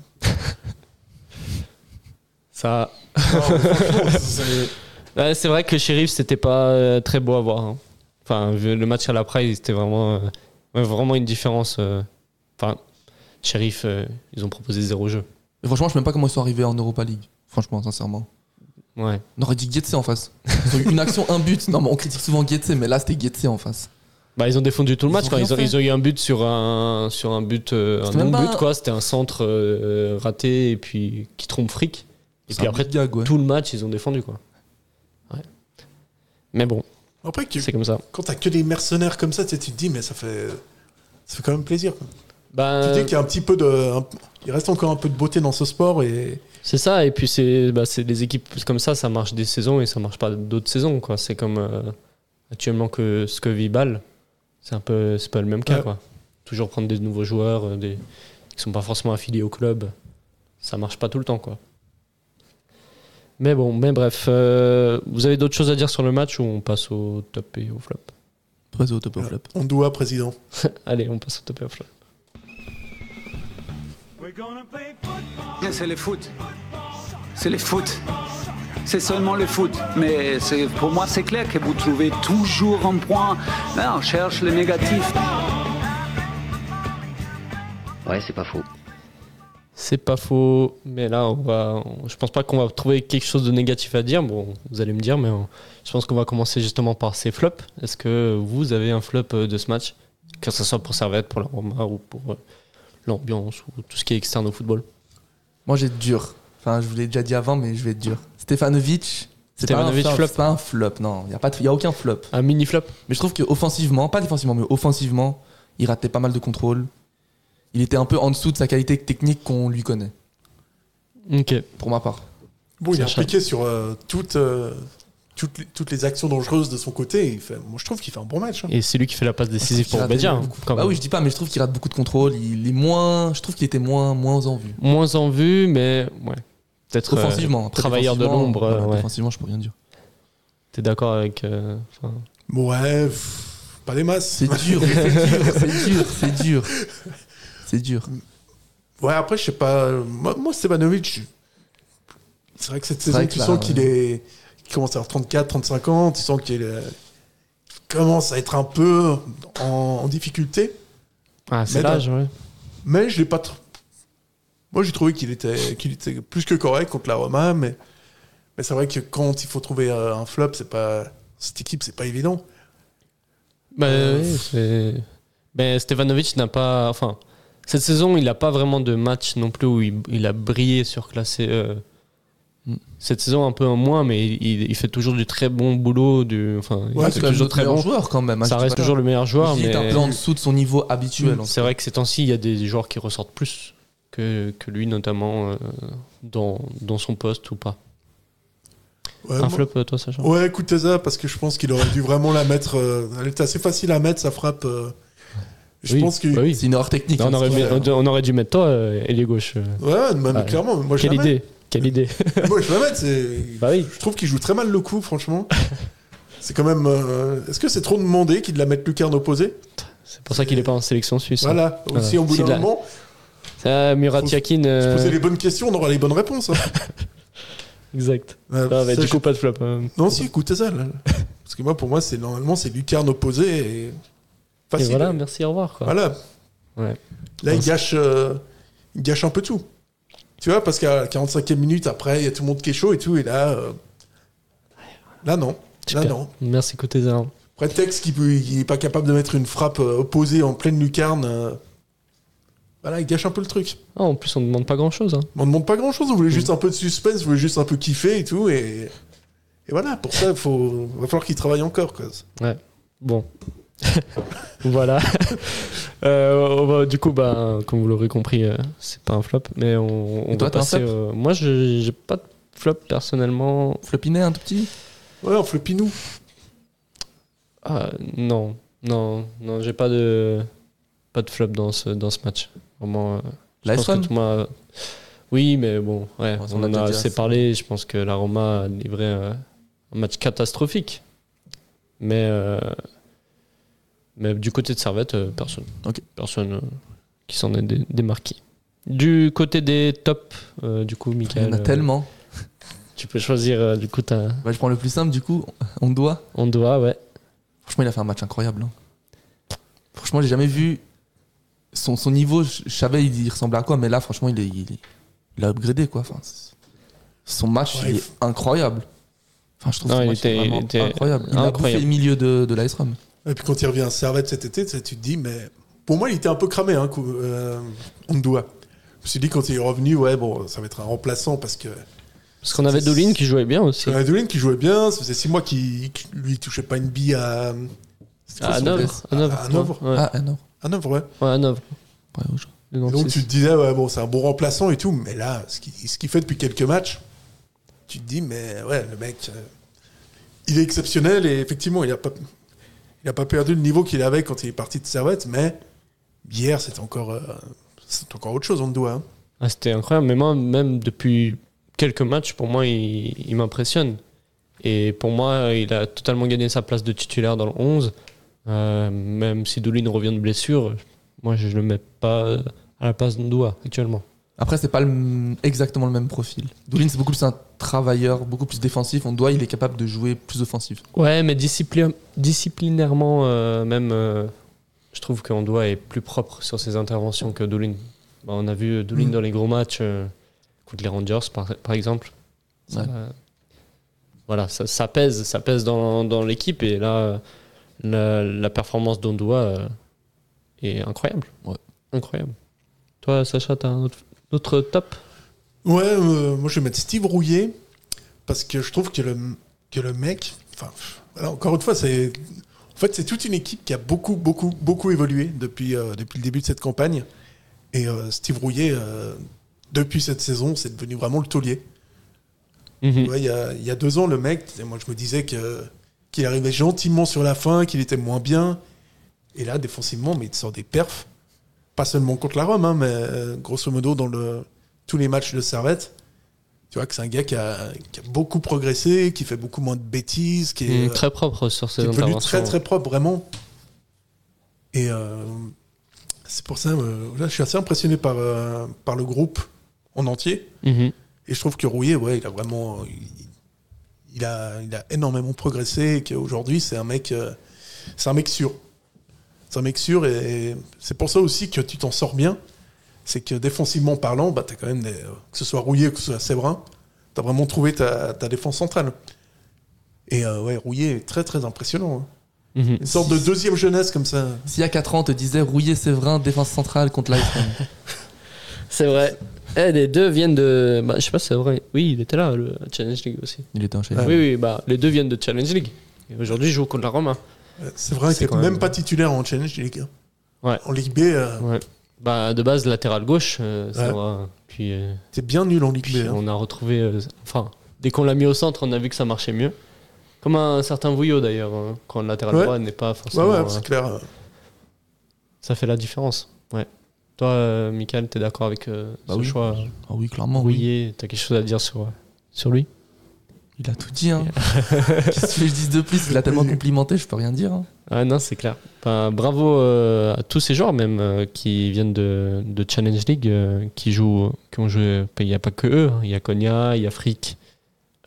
Speaker 5: Ça.
Speaker 6: Ah, franchement, c'est-
Speaker 5: Ouais, c'est vrai que le shérif, c'était pas euh, très beau à voir. hein. Enfin, vu le match à la Pride, c'était vraiment, euh, ouais, vraiment une différence. euh. Enfin, shérif, euh, ils ont proposé zéro jeu.
Speaker 7: Et franchement, je sais même pas comment ils sont arrivés en Europa League. Franchement, sincèrement.
Speaker 5: Ouais.
Speaker 7: On aurait dit Getse en face. Ils ont eu une action, un but. Non, mais on critique souvent Getse, mais là, c'était Getse en face.
Speaker 5: Bah, ils ont défendu tout le
Speaker 7: Ils
Speaker 5: match.
Speaker 7: ont
Speaker 5: quoi.
Speaker 7: rien
Speaker 5: Ils, ont,
Speaker 7: fait.
Speaker 5: ils ont eu un but sur un, sur un but, euh, un
Speaker 7: C'était même pas
Speaker 5: non-but,
Speaker 7: un-
Speaker 5: quoi. C'était un centre euh, raté et puis qui trompe fric. Et
Speaker 7: C'est
Speaker 5: puis
Speaker 7: un
Speaker 5: après,
Speaker 7: big gag, ouais.
Speaker 5: tout le match, ils ont défendu, quoi. Ouais. Mais bon,
Speaker 6: Après, que-
Speaker 5: c'est comme ça.
Speaker 6: quand t'as que des mercenaires comme ça, tu sais, tu te dis, mais ça fait, ça fait quand même plaisir. quoi.
Speaker 5: Bah,
Speaker 6: Tu dis qu'il y a un petit peu de, un- il reste encore un peu de beauté dans ce sport et
Speaker 5: C'est ça, et puis c'est bah, c'est des équipes comme ça, ça marche des saisons et ça marche pas d'autres saisons. quoi. C'est comme euh, actuellement que ce que vit Bâle, c'est un peu c'est pas le même cas.
Speaker 6: Ouais.
Speaker 5: Quoi. Toujours prendre des nouveaux joueurs euh, des, qui sont pas forcément affiliés au club, ça marche pas tout le temps. quoi. Mais bon, mais bref, euh, vous avez d'autres choses à dire sur le match ou on passe au top et au flop
Speaker 7: Vas-y, au top au flop.
Speaker 6: on doit président.
Speaker 5: Allez, on passe au top et au flop.
Speaker 1: Bien, C'est le foot. C'est le foot. C'est seulement le foot. Mais c'est- pour moi, c'est clair que vous trouvez toujours un point. Hein, on cherche le négatif.
Speaker 8: Ouais, c'est pas faux.
Speaker 5: C'est pas faux, mais là, on va, on- je pense pas qu'on va trouver quelque chose de négatif à dire. Bon, vous allez me dire, mais on- je pense qu'on va commencer justement par ces flops. Est-ce que vous avez un flop euh, de ce match Que ce soit pour Servette, pour la Roma ou pour euh, l'ambiance ou tout ce qui est externe au football
Speaker 7: Moi, j'ai dur. Enfin, je vous l'ai déjà dit avant, mais je vais être dur. Stefanovic, c'est pas, un
Speaker 5: Stefanovic
Speaker 7: flop,
Speaker 5: flop.
Speaker 7: c'est pas un flop. Non, il n'y a, aucun flop.
Speaker 5: Un mini flop
Speaker 7: Mais je trouve que offensivement, pas défensivement, mais offensivement, il ratait pas mal de contrôles. Il était un peu en dessous de sa qualité technique qu'on lui connaît,
Speaker 5: Ok.
Speaker 7: pour ma part.
Speaker 6: Bon, il est
Speaker 5: Sacha.
Speaker 6: impliqué sur euh, toutes, euh, toutes, les, toutes les actions dangereuses de son côté. et il fait- moi, je trouve qu'il fait un bon match. hein.
Speaker 5: Et c'est lui qui fait la passe décisive
Speaker 7: qu'il
Speaker 5: pour
Speaker 7: ratait
Speaker 5: Bedia. hein,
Speaker 7: beaucoup.
Speaker 5: quand
Speaker 7: Bah
Speaker 5: même.
Speaker 7: oui, je dis pas, mais je trouve qu'il rate beaucoup de contrôles. Il est moins, je trouve qu'il était moins, moins en vue.
Speaker 5: Moins en vue, mais ouais. Peut-être. euh,
Speaker 7: Offensivement, après,
Speaker 5: travailleur de
Speaker 7: défensivement,
Speaker 5: l'ombre, euh,
Speaker 7: voilà,
Speaker 5: ouais.
Speaker 7: Défensivement, je peux rien dire.
Speaker 5: T'es d'accord avec. euh, enfin,
Speaker 6: Ouais, pff, pas des masses.
Speaker 7: C'est dur, c'est dur, c'est dur, c'est dur.
Speaker 6: Ouais, après, je sais pas. euh, Moi, moi Stevanovic, je- c'est vrai que cette saison,
Speaker 7: vrai que
Speaker 6: tu
Speaker 7: là,
Speaker 6: sens qu'il est. Il commence à avoir 34, 35 ans. Tu sens qu'il est- qu'il commence à être un peu en, en difficulté.
Speaker 5: Ah, c'est
Speaker 6: Mais
Speaker 5: l'âge, ouais.
Speaker 6: Mais je l'ai pas. tr- Moi, j'ai trouvé qu'il était, qu'il était plus que correct contre la Roma. Mais, mais c'est vrai que quand il faut trouver euh, un flop, c'est pas. Cette équipe, c'est pas évident.
Speaker 5: Bah, oui, c'est- Ben, Stevanovic n'a pas. Enfin, cette saison, il n'a pas vraiment de match non plus où il, il a brillé surclassé. euh,
Speaker 7: Mm.
Speaker 5: Cette saison, un peu en moins, mais il, il- il fait toujours du très bon boulot. Du, enfin, il
Speaker 7: Ouais,
Speaker 5: fait
Speaker 7: c'est quand même
Speaker 5: toujours
Speaker 7: notre
Speaker 5: très
Speaker 7: meilleur
Speaker 5: bon.
Speaker 7: joueur quand même. hein,
Speaker 5: Ça
Speaker 7: je dis
Speaker 5: reste
Speaker 7: pas
Speaker 5: toujours le meilleur joueur,
Speaker 7: Il
Speaker 5: mais Mm,
Speaker 7: est un peu en dessous de son niveau habituel. en
Speaker 5: c'est vrai que ces temps-ci, il y a des joueurs qui ressortent plus que, que lui, notamment euh, dans, dans son poste ou pas.
Speaker 6: Ouais,
Speaker 5: Un
Speaker 6: moi-
Speaker 5: flop, euh, toi, Sacha
Speaker 7: oh,
Speaker 6: Ouais, Kuteza, parce que je pense qu'il aurait dû vraiment la mettre. euh, elle était assez facile à mettre, sa frappe. euh, je
Speaker 5: Oui,
Speaker 6: pense que.
Speaker 5: bah oui.
Speaker 7: C'est une erreur technique.
Speaker 5: Non,
Speaker 7: hein,
Speaker 5: on, aurait
Speaker 7: ce
Speaker 5: mis-
Speaker 7: qu'il fait, hein.
Speaker 5: on aurait dû mettre toi, euh, ailier gauche. euh.
Speaker 6: Ouais, mais
Speaker 5: Ouais.
Speaker 6: clairement, moi je
Speaker 5: Quelle
Speaker 6: la mets.
Speaker 5: idée Quelle idée
Speaker 6: Moi je la mets, c'est.
Speaker 5: Bah oui.
Speaker 6: Je trouve qu'il joue très mal le coup, franchement. c'est quand même. euh, Est-ce que c'est trop demandé qu'il la mette lucarne opposée
Speaker 5: C'est pour ça qu'il n'est pas en sélection suisse. hein.
Speaker 6: Voilà.
Speaker 5: Voilà.
Speaker 6: Aussi, au bout
Speaker 5: C'est
Speaker 6: d'un
Speaker 5: de la-
Speaker 6: moment,
Speaker 5: Ah, Murat
Speaker 6: Faut-
Speaker 5: Yakin.
Speaker 6: se
Speaker 5: euh,
Speaker 6: poser les bonnes questions, on aura les bonnes réponses. hein.
Speaker 5: Exact.
Speaker 6: Euh,
Speaker 5: Ah, bah,
Speaker 6: ça,
Speaker 5: du
Speaker 6: je-
Speaker 5: coup, pas de flop. hein.
Speaker 6: Non, si, Kuteza, là. Parce que moi, pour moi, c'est normalement, c'est lucarne opposée et.
Speaker 5: Et
Speaker 6: Facile.
Speaker 5: voilà, merci, au revoir. Quoi.
Speaker 6: Voilà.
Speaker 5: Ouais.
Speaker 6: Là, il
Speaker 5: Enfin,
Speaker 6: gâche, euh, il gâche un peu tout. Tu vois, parce qu'à la 45e minute, après, il y a tout le monde qui est chaud et tout. Et là, euh, là non. Là,
Speaker 5: Super.
Speaker 6: non.
Speaker 5: Merci, côté Zéland.
Speaker 6: Prétexte qu'il n'est pas capable de mettre une frappe euh, opposée en pleine lucarne. euh, Voilà, il gâche un peu le truc.
Speaker 5: Ah, en plus, on ne demande pas grand-chose. hein.
Speaker 6: Mais on ne demande pas grand chose, on voulait juste un peu de suspense, on voulait juste un peu kiffer et tout. Et, et voilà, pour ça, il va falloir qu'il travaille encore. Quoi.
Speaker 5: Bon. voilà. Euh, on va- du coup, bah, comme vous l'aurez compris, euh, c'est pas un flop. Mais on, on
Speaker 7: Et toi,
Speaker 5: va
Speaker 7: t'as un
Speaker 5: passer.
Speaker 7: flop
Speaker 5: euh, moi, je- j'ai pas de flop personnellement.
Speaker 7: Flopinet, un tout petit
Speaker 6: Ouais, on fait le pinou.
Speaker 5: Ah, non, non, non, j'ai pas de pas de flop dans ce dans ce match. Vraiment. euh, je
Speaker 7: La
Speaker 5: pense que
Speaker 7: S1?
Speaker 5: tout le monde a- Oui, mais bon, ouais,
Speaker 7: On s'en
Speaker 5: on
Speaker 7: a
Speaker 5: en
Speaker 7: déjà
Speaker 5: a
Speaker 7: dit
Speaker 5: assez
Speaker 7: assez.
Speaker 5: parlé. Je pense que la Roma a livré euh, un match catastrophique. Mais euh, mais du côté de Servette, euh, personne.
Speaker 7: Ok.
Speaker 5: Personne euh, qui s'en est dé- démarqué. Du côté des tops, euh, du coup,
Speaker 7: Il y
Speaker 5: Michael,
Speaker 7: en a
Speaker 5: euh,
Speaker 7: tellement.
Speaker 5: tu peux choisir euh, du coup ta
Speaker 7: Bah, je prends le plus simple, du coup, on doit.
Speaker 5: on doit, ouais.
Speaker 7: Franchement, il a fait un match incroyable. hein. Franchement, j'ai jamais vu son, son niveau. Je je savais il, il ressemblait à quoi, mais là, franchement, il, est, il, est- il a upgradé quoi. Enfin, c'est- son match
Speaker 6: Ouais, il
Speaker 7: il est incroyable. Enfin, je trouve
Speaker 5: Non,
Speaker 7: son
Speaker 5: il
Speaker 7: match
Speaker 5: était-
Speaker 7: est
Speaker 5: il
Speaker 7: vraiment
Speaker 5: était
Speaker 7: incroyable. Il a bouffé
Speaker 5: incroyable.
Speaker 7: le milieu de, de l'Ice Rum.
Speaker 6: Et puis quand il revient à Servette cet été, tu sais, tu te dis, mais pour moi, il était un peu cramé, hein, coup, euh, Ondua. Je me suis dit, quand il est revenu, ouais, bon, ça va être un remplaçant parce que
Speaker 5: Parce qu'on avait
Speaker 6: C'est-
Speaker 5: Doulin qui jouait bien aussi.
Speaker 6: c'est Adeline qui jouait bien, ça faisait six mois qu'il qu'il- lui il touchait pas une bille à. c'était quoi
Speaker 5: Ah, À
Speaker 6: son
Speaker 5: Hanovre.
Speaker 6: geste
Speaker 5: À Hanovre.
Speaker 6: À Hanovre.
Speaker 5: Ouais.
Speaker 7: Ah, ah non.
Speaker 6: À Hanovre, ouais.
Speaker 5: Ouais, à Hanovre.
Speaker 7: Ouais, ouais, je-
Speaker 5: Le
Speaker 6: Et Donc
Speaker 5: 26.
Speaker 6: tu te disais, ouais, bon, c'est un bon remplaçant et tout, mais là, ce qu'il ce qu'il fait depuis quelques matchs, tu te dis, mais ouais, le mec, euh, il est exceptionnel et effectivement, il n'a pas, il a pas perdu le niveau qu'il avait quand il est parti de Servette, mais hier, c'est encore, euh, c'est encore autre chose, on le doit. hein.
Speaker 5: Ah, C'était incroyable. Mais moi, même depuis quelques matchs, pour moi, il, il m'impressionne. Et pour moi, il a totalement gagné sa place de titulaire dans le 11. Euh, même si Doulin revient de blessure, moi, je ne le mets pas à la place d'Ondoa actuellement.
Speaker 7: Après, c'est pas le m- exactement le même profil. Doulin, c'est beaucoup plus un travailleur, beaucoup plus défensif. On doit, il est capable de jouer plus offensif.
Speaker 5: Ouais, mais discipli- disciplinairement, euh, même, euh, je trouve qu'Ondoa est plus propre sur ses interventions que Doulin. Bah, on a vu Doulin
Speaker 7: Mm.
Speaker 5: dans les gros matchs euh, contre les Rangers, par, par exemple. Ça,
Speaker 7: Ouais.
Speaker 5: euh, voilà, ça, ça pèse, ça pèse dans, dans l'équipe et là, euh, la, la performance d'Ondoa euh, est incroyable.
Speaker 7: Ouais.
Speaker 5: Incroyable. Toi, Sacha, t'as un autre, autre top
Speaker 6: Ouais, euh, moi je vais mettre Steve Rouillet parce que je trouve que le, que le mec, enfin, pff, voilà, encore une fois, c'est en fait c'est toute une équipe qui a beaucoup beaucoup beaucoup évolué depuis euh, depuis le début de cette campagne et euh, Steve Rouillet euh, depuis cette saison c'est devenu vraiment le taulier. Tu vois, Il y, a, il y a deux ans le mec, et moi je me disais que qu'il arrivait gentiment sur la fin, qu'il était moins bien et là défensivement mais il te sort des perfs, pas seulement contre la Rome hein, mais euh, grosso modo dans le tous les matchs de Servette. Tu vois que c'est un gars qui a, qui a beaucoup progressé, qui fait beaucoup moins de bêtises, qui est,
Speaker 5: Mm,
Speaker 6: euh,
Speaker 5: Très propre sur
Speaker 6: qui
Speaker 5: ses
Speaker 6: est devenu
Speaker 5: interventions.
Speaker 6: très très propre, vraiment. Et euh, c'est pour ça, euh, là, je suis assez impressionné par, euh, par le groupe en entier.
Speaker 5: Mhm.
Speaker 6: Et je trouve que Rouillet, ouais, il a vraiment. Il, il a, il a énormément progressé et qu'aujourd'hui, c'est un mec. euh, c'est un mec sûr. C'est un mec sûr et, et c'est pour ça aussi que tu t'en sors bien. C'est que défensivement parlant, bah, t'as quand même des- que ce soit Rouillet ou que ce soit Séverin, t'as vraiment trouvé ta, ta défense centrale. Et euh, ouais, Rouillet est très très impressionnant. hein.
Speaker 5: Mhm.
Speaker 6: Une sorte de deuxième jeunesse comme ça.
Speaker 7: Si à 4 ans, on te disait rouiller Séverin, défense centrale contre l'Ice Rum.
Speaker 5: C'est vrai. Eh, les deux viennent de. Bah, je sais pas si c'est vrai. Oui, il était là, le Challenge League aussi.
Speaker 7: il était un
Speaker 6: Ah.
Speaker 7: chef.
Speaker 5: Oui, oui, bah, les deux viennent de Challenge League. Et aujourd'hui, ils jouent contre la Roma.
Speaker 6: Euh, Séverin
Speaker 5: C'est
Speaker 6: qui n'est
Speaker 5: quand
Speaker 6: même
Speaker 5: même-
Speaker 6: pas titulaire en Challenge League. hein.
Speaker 5: Ouais.
Speaker 6: En Ligue B, euh,
Speaker 5: Ouais. Bah, de base, latéral gauche, euh, ça
Speaker 6: Ouais.
Speaker 5: va. Puis, euh,
Speaker 6: t'es bien nul en Ligue
Speaker 5: puis
Speaker 6: B. hein.
Speaker 5: on a retrouvé. euh, enfin, dès qu'on l'a mis au centre, on a vu que ça marchait mieux. Comme un certain Vouillot d'ailleurs, hein, quand le latéral
Speaker 6: Ouais.
Speaker 5: droit n'est pas forcément.
Speaker 6: Ouais, ouais,
Speaker 5: euh,
Speaker 6: c'est clair.
Speaker 5: ça fait la différence. Ouais. Toi, euh, Michael, t'es d'accord avec euh,
Speaker 7: Bah
Speaker 5: ce
Speaker 7: oui.
Speaker 5: choix euh,
Speaker 7: Ah oui, clairement, oui.
Speaker 5: Rouillet T'as quelque chose à dire sur, euh, sur lui
Speaker 7: Il a tout dit. Hein. Qu'est-ce que tu veux que je dise de plus Il a tellement complimenté, je peux rien dire. hein.
Speaker 5: Ah non, c'est clair. Enfin, bravo euh, à tous ces joueurs même euh, qui viennent de, de Challenge League, euh, qui jouent, qui ont joué. Il n'y a pas que eux. hein. Il y a Konya, il y a Frick.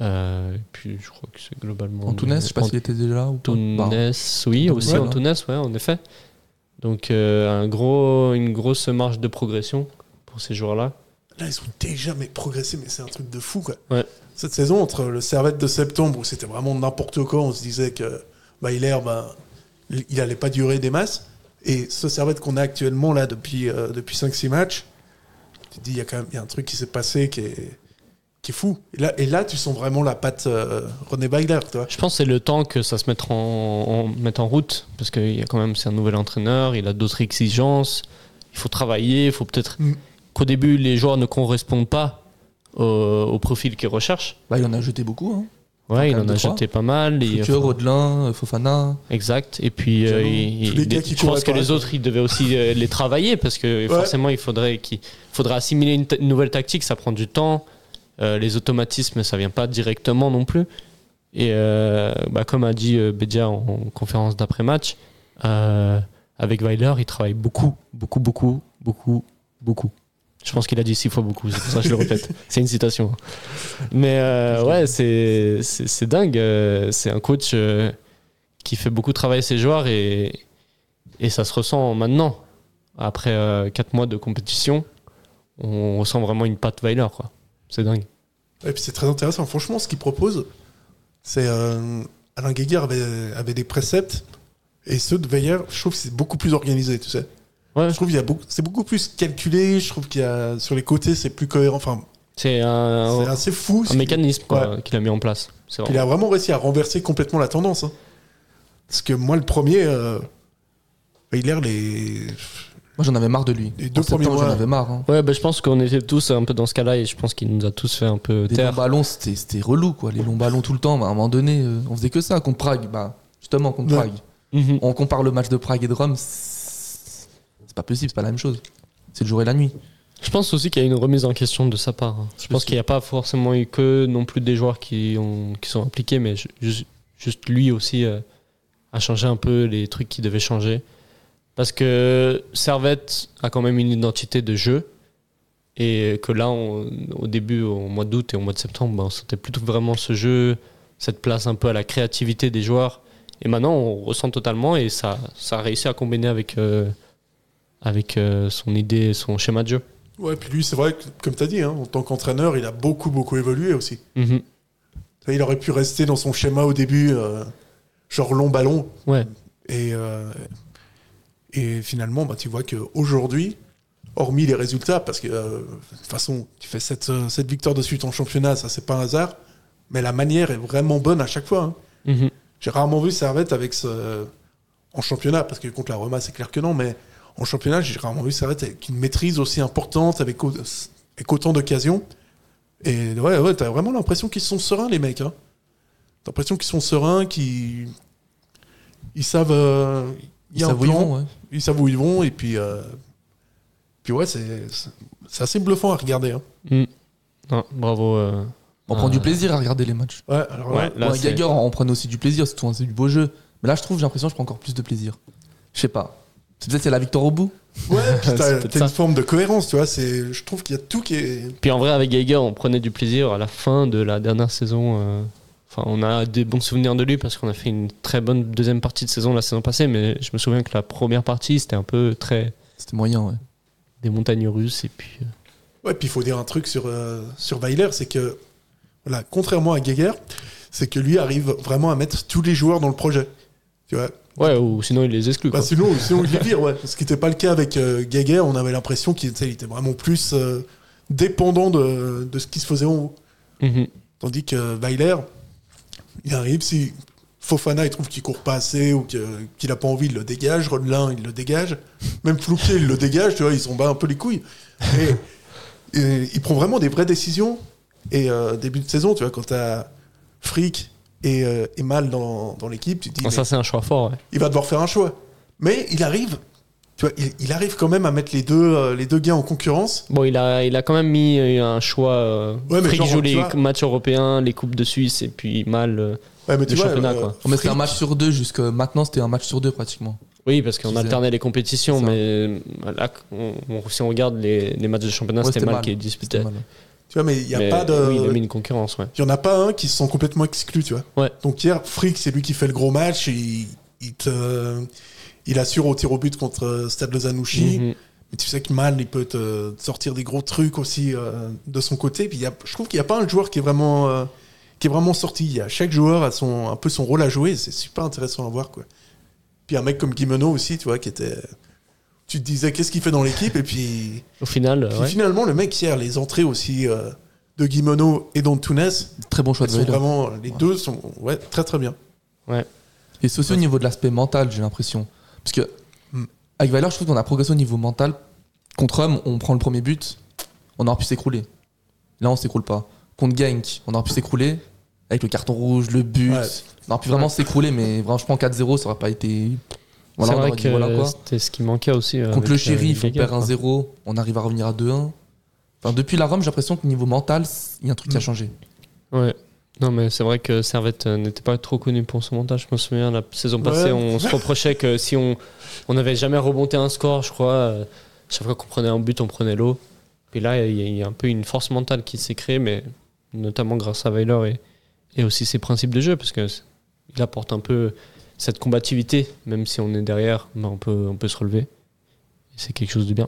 Speaker 5: Euh, et puis je crois que c'est globalement.
Speaker 7: Antunes, je sais pas s'il était déjà là ou pas. Bah,
Speaker 5: Antunes, oui,
Speaker 7: Antunes,
Speaker 5: aussi
Speaker 7: ouais.
Speaker 5: Antunes, ouais, en effet. Donc euh, un gros, une grosse marge de progression pour ces joueurs-là.
Speaker 6: Là, ils ont déjà mais progressé, mais c'est un truc de fou, quoi.
Speaker 5: Ouais.
Speaker 6: Cette saison, entre le Servette de septembre, où c'était vraiment n'importe quoi, on se disait que bah, Hilaire, bah, il n'allait pas durer des masses. Et ce Servette qu'on a actuellement là depuis, euh, depuis 5-6 matchs, tu te dis, il y a quand même il y a un truc qui s'est passé qui est, qui est fou. Et là, et là, tu sens vraiment la patte euh, René Weiler, tu vois.
Speaker 5: Je pense que c'est le temps que ça se mette en, en- mette en route, parce qu'il y a quand même, c'est un nouvel entraîneur, il a d'autres exigences, il faut travailler, il faut peut-être
Speaker 6: Mm.
Speaker 5: qu'au début les joueurs ne correspondent pas au, au profil qu'ils recherchent.
Speaker 7: Bah, il en a jeté beaucoup. Hein.
Speaker 5: Ouais, il
Speaker 7: quand
Speaker 5: en
Speaker 7: même
Speaker 5: a
Speaker 7: deux,
Speaker 5: jeté pas mal. et-
Speaker 7: Fouqueux, Rodelin, euh, Fofana.
Speaker 5: Exact. Et puis, euh,
Speaker 6: Diallo,
Speaker 5: il-
Speaker 6: tous
Speaker 5: il-
Speaker 6: les gars
Speaker 5: des-
Speaker 6: qui
Speaker 5: je pense
Speaker 6: couraient
Speaker 5: que
Speaker 6: par
Speaker 5: les
Speaker 6: là.
Speaker 5: autres, ils devaient aussi euh, les travailler parce que forcément, il faudrait qu'il faudrait assimiler une, ta- une nouvelle tactique. Ça prend du temps. Euh, les automatismes, ça vient pas directement non plus. Et euh, bah, comme a dit euh, Bedia en, en conférence d'après-match, euh, avec Weiler, il travaille beaucoup, beaucoup, beaucoup, beaucoup, beaucoup. Je pense qu'il a dit six fois beaucoup, c'est pour ça que je le répète. c'est une citation. Mais euh, ouais, c'est- c'est c'est dingue. euh, C'est un coach euh, qui fait beaucoup travailler ses joueurs et, et ça se ressent maintenant. Après 4 mois de compétition, on ressent vraiment une patte Weiler. quoi. C'est dingue.
Speaker 6: Et puis c'est très intéressant. Franchement, ce qu'il propose, c'est. euh, Alain Guéguer avait, avait des préceptes, et ceux de Weyer, je trouve que c'est beaucoup plus organisé, tu sais.
Speaker 5: Ouais.
Speaker 6: Je trouve qu'il y a beaucoup, c'est beaucoup plus calculé, je trouve qu'il y a. Sur les côtés, c'est plus cohérent. Enfin,
Speaker 5: C'est un,
Speaker 6: c'est assez fou.
Speaker 5: Ah un
Speaker 6: ce qu'il-
Speaker 5: mécanisme quoi, qu'il a mis en place. C'est
Speaker 6: Il
Speaker 5: vraiment-
Speaker 6: a vraiment réussi à renverser complètement la tendance. hein. Parce que moi, le premier, euh, Weiler, les.
Speaker 7: Moi, j'en avais marre de lui.
Speaker 6: Les
Speaker 7: En
Speaker 6: deux premiers
Speaker 7: septembre,
Speaker 6: mois.
Speaker 7: j'en avais marre. hein.
Speaker 5: Ouais, bah, je pense qu'on était tous un peu dans ce cas-là et je pense qu'il nous a tous fait un peu
Speaker 7: Les longs
Speaker 5: taire.
Speaker 7: ballons, c'était c'était relou, quoi. Les longs ballons tout le temps. Bah, à un moment donné, euh, on faisait que ça contre Prague. Bah, justement, contre
Speaker 6: Ouais.
Speaker 7: Prague.
Speaker 5: Mhm.
Speaker 7: On compare le match de Prague et de Rome. C'est c'est pas possible, c'est pas la même chose. C'est le jour et la nuit.
Speaker 5: Je pense aussi qu'il y a une remise en question de sa part. hein. Je pense qu'il n'y a pas forcément eu que non plus des joueurs qui, ont, qui sont impliqués, mais ju- juste, juste lui aussi euh, a changé un peu les trucs qui devaient changer. Parce que Servette a quand même une identité de jeu. Et que là, on- au début, au mois d'août et au mois de septembre, ben, on sentait plutôt vraiment ce jeu, cette place un peu à la créativité des joueurs. Et maintenant, on ressent totalement et ça, ça a réussi à combiner avec, euh, avec euh, son idée, son schéma de jeu.
Speaker 6: Ouais, puis lui, c'est vrai que, comme tu as dit, hein, en tant qu'entraîneur, il a beaucoup, beaucoup évolué aussi.
Speaker 5: Mhm.
Speaker 6: Tu vois, Il aurait pu rester dans son schéma au début, euh, genre long ballon.
Speaker 5: Ouais.
Speaker 6: Et, euh, et finalement, bah, tu vois qu'aujourd'hui, hormis les résultats, parce que euh, de toute façon, tu fais cette, euh, cette victoire de suite en championnat, ça, c'est pas un hasard. Mais la manière est vraiment bonne à chaque fois. hein.
Speaker 5: Mhm.
Speaker 6: J'ai rarement vu Servette avec ce. En championnat, parce que contre la Roma, c'est clair que non, mais en championnat, j'ai rarement vu Servette avec une maîtrise aussi importante, avec, au- avec autant d'occasions. Et ouais, ouais, t'as vraiment l'impression qu'ils sont sereins, les mecs. Hein. T'as l'impression qu'ils sont sereins, qu'ils. Ils savent. euh, il y
Speaker 7: Ils
Speaker 6: a un
Speaker 7: savent où ils
Speaker 6: plan,
Speaker 7: vont, ouais.
Speaker 6: Ils savent où ils vont, et puis. euh, Puis ouais, c'est c'est- c'est assez bluffant à regarder. hein.
Speaker 5: Non, bravo. euh,
Speaker 7: On
Speaker 5: Ah.
Speaker 7: prend du plaisir à regarder les matchs.
Speaker 6: Ouais, alors là,
Speaker 5: ouais, là,
Speaker 7: ouais,
Speaker 5: c'est-
Speaker 7: Gagor, on prenait aussi du plaisir, surtout hein, c'est du beau jeu. Mais là, je trouve, j'ai l'impression que je prends encore plus de plaisir. Je sais pas. C'est Peut-être c'est la victoire au bout.
Speaker 6: ouais, puis t'as
Speaker 5: peut-être
Speaker 6: t'as une
Speaker 5: ça.
Speaker 6: forme de cohérence, tu vois. c'est- Je trouve qu'il y a tout qui est.
Speaker 5: Puis en vrai, avec Geiger, on prenait du plaisir à la fin de la dernière saison. euh, Enfin, on a des bons souvenirs de lui parce qu'on a fait une très bonne deuxième partie de saison la saison passée. Mais je me souviens que la première partie, c'était un peu très
Speaker 7: C'était moyen, ouais.
Speaker 5: des montagnes russes. Et puis, euh,
Speaker 6: Ouais, puis il faut dire un truc sur, euh, sur Weiler, c'est que, voilà, contrairement à Geiger, c'est que lui arrive vraiment à mettre tous les joueurs dans le projet. Tu vois
Speaker 5: euh, ouais, ou sinon il les exclut.
Speaker 6: bah,
Speaker 5: quoi.
Speaker 6: sinon, sinon, il est pire, ouais. Ce qui n'était pas le cas avec euh, Geiger, on avait l'impression qu'il était, il était vraiment plus euh, dépendant de, de ce qui se faisait en haut.
Speaker 5: Mhm.
Speaker 6: Tandis que Weiler, il arrive, si Fofana, il trouve qu'il court pas assez ou que- qu'il a pas envie, il le dégage. Rodelin, il le dégage. Même Flouquet, il le dégage, tu vois, ils s'en bat un peu les couilles. Et, et il prend vraiment des vraies décisions. Et euh, début de saison, tu vois, quand t'as Frick et, euh, et Mal dans, dans l'équipe, tu te dis,
Speaker 5: Ah, ça, c'est un choix fort. ouais.
Speaker 6: il va devoir faire un choix. Mais il arrive, tu vois, il, il arrive quand même à mettre les deux, euh, les deux gars en concurrence.
Speaker 5: Bon, il a, il a quand même mis euh, un choix. Euh,
Speaker 6: Ouais, mais
Speaker 5: Frick
Speaker 6: genre,
Speaker 5: joue
Speaker 6: tu
Speaker 5: les
Speaker 6: vois-
Speaker 5: matchs européens, les coupes de Suisse, et puis mal. euh,
Speaker 6: Ouais, mais
Speaker 5: Le championnat, quoi.
Speaker 7: On mettait un
Speaker 6: Frick-
Speaker 7: match sur deux jusque maintenant, c'était un match sur deux pratiquement.
Speaker 5: Oui, parce qu'on
Speaker 7: Disais.
Speaker 5: alternait les compétitions,
Speaker 7: Ça.
Speaker 5: mais euh, là, on- on- si on regarde les, les matchs de championnat,
Speaker 7: Ouais,
Speaker 5: c'était
Speaker 7: c'était
Speaker 5: mal,
Speaker 7: mal.
Speaker 5: qui
Speaker 7: C'était
Speaker 5: disputait.
Speaker 7: mal, ouais.
Speaker 6: tu vois, mais il n'y a
Speaker 5: Mais
Speaker 6: pas de.
Speaker 5: oui, il a mis une concurrence, ouais.
Speaker 6: Il n'y en a pas un qui se sent complètement exclu, tu vois.
Speaker 5: Ouais.
Speaker 6: Donc hier, Frick, c'est lui qui fait le gros match. Il, il, te, il assure au tir au but contre euh, Stade Lozanouchi.
Speaker 5: Mhm.
Speaker 6: Mais tu sais que Mal, il peut te, te sortir des gros trucs aussi euh, de son côté. Puis il y a, je trouve qu'il n'y a pas un joueur qui est vraiment. euh, qui est vraiment sorti. Il y a- chaque joueur a son, un peu son rôle à jouer. et C'est super intéressant à voir. Quoi. Puis un mec comme Guimeno aussi, tu vois, qui était. Tu te disais qu'est-ce qu'il fait dans l'équipe et puis,
Speaker 5: Au final,
Speaker 6: puis
Speaker 5: euh, ouais.
Speaker 6: finalement le mec hier les entrées aussi euh, de Guimeno et d'Antunes
Speaker 7: Très bon choix
Speaker 6: elles
Speaker 7: de
Speaker 6: sont
Speaker 7: Vader.
Speaker 6: vraiment les deux sont ouais très très bien
Speaker 7: Et c'est aussi au niveau de l'aspect mental, j'ai l'impression. Parce que
Speaker 6: Hmm.
Speaker 7: avec Valère, je trouve qu'on a progressé au niveau mental. Contre Rome, on prend le premier but, on aurait pu s'écrouler. Là, on s'écroule pas. Contre Genk, on aurait pu s'écrouler. Avec le carton rouge, le but.
Speaker 6: Ouais.
Speaker 7: On aurait pu vraiment s'écrouler, mais franchement, 4-0, ça aurait pas été. Voilà,
Speaker 5: c'est
Speaker 7: on
Speaker 5: vrai
Speaker 7: aurait dit
Speaker 5: que
Speaker 7: voilà quoi.
Speaker 5: c'était ce qui manquait aussi. euh,
Speaker 7: Contre
Speaker 5: avec,
Speaker 7: le
Speaker 5: euh,
Speaker 7: shérif, on
Speaker 5: Geiger,
Speaker 7: perd
Speaker 5: quoi.
Speaker 7: 1-0, on arrive à revenir à 2-1. Enfin, depuis la Rome, j'ai l'impression que niveau mental, c'est- il y a un
Speaker 6: Mm.
Speaker 7: truc qui a changé.
Speaker 5: Ouais. Non, mais c'est vrai que Servette euh, n'était pas trop connu pour son montage. Je me souviens, la saison
Speaker 6: Ouais.
Speaker 5: passée, on se reprochait que si on on n'avait jamais remonté un score, je crois, euh, chaque fois qu'on prenait un but, on prenait l'eau. Puis là, il y, a- il y a un peu une force mentale qui s'est créée, mais notamment grâce à Weiler et, et aussi ses principes de jeu, parce que c- il apporte un peu cette combativité, même si on est derrière, ben, on, peut, on peut se relever. Et C'est quelque chose de bien.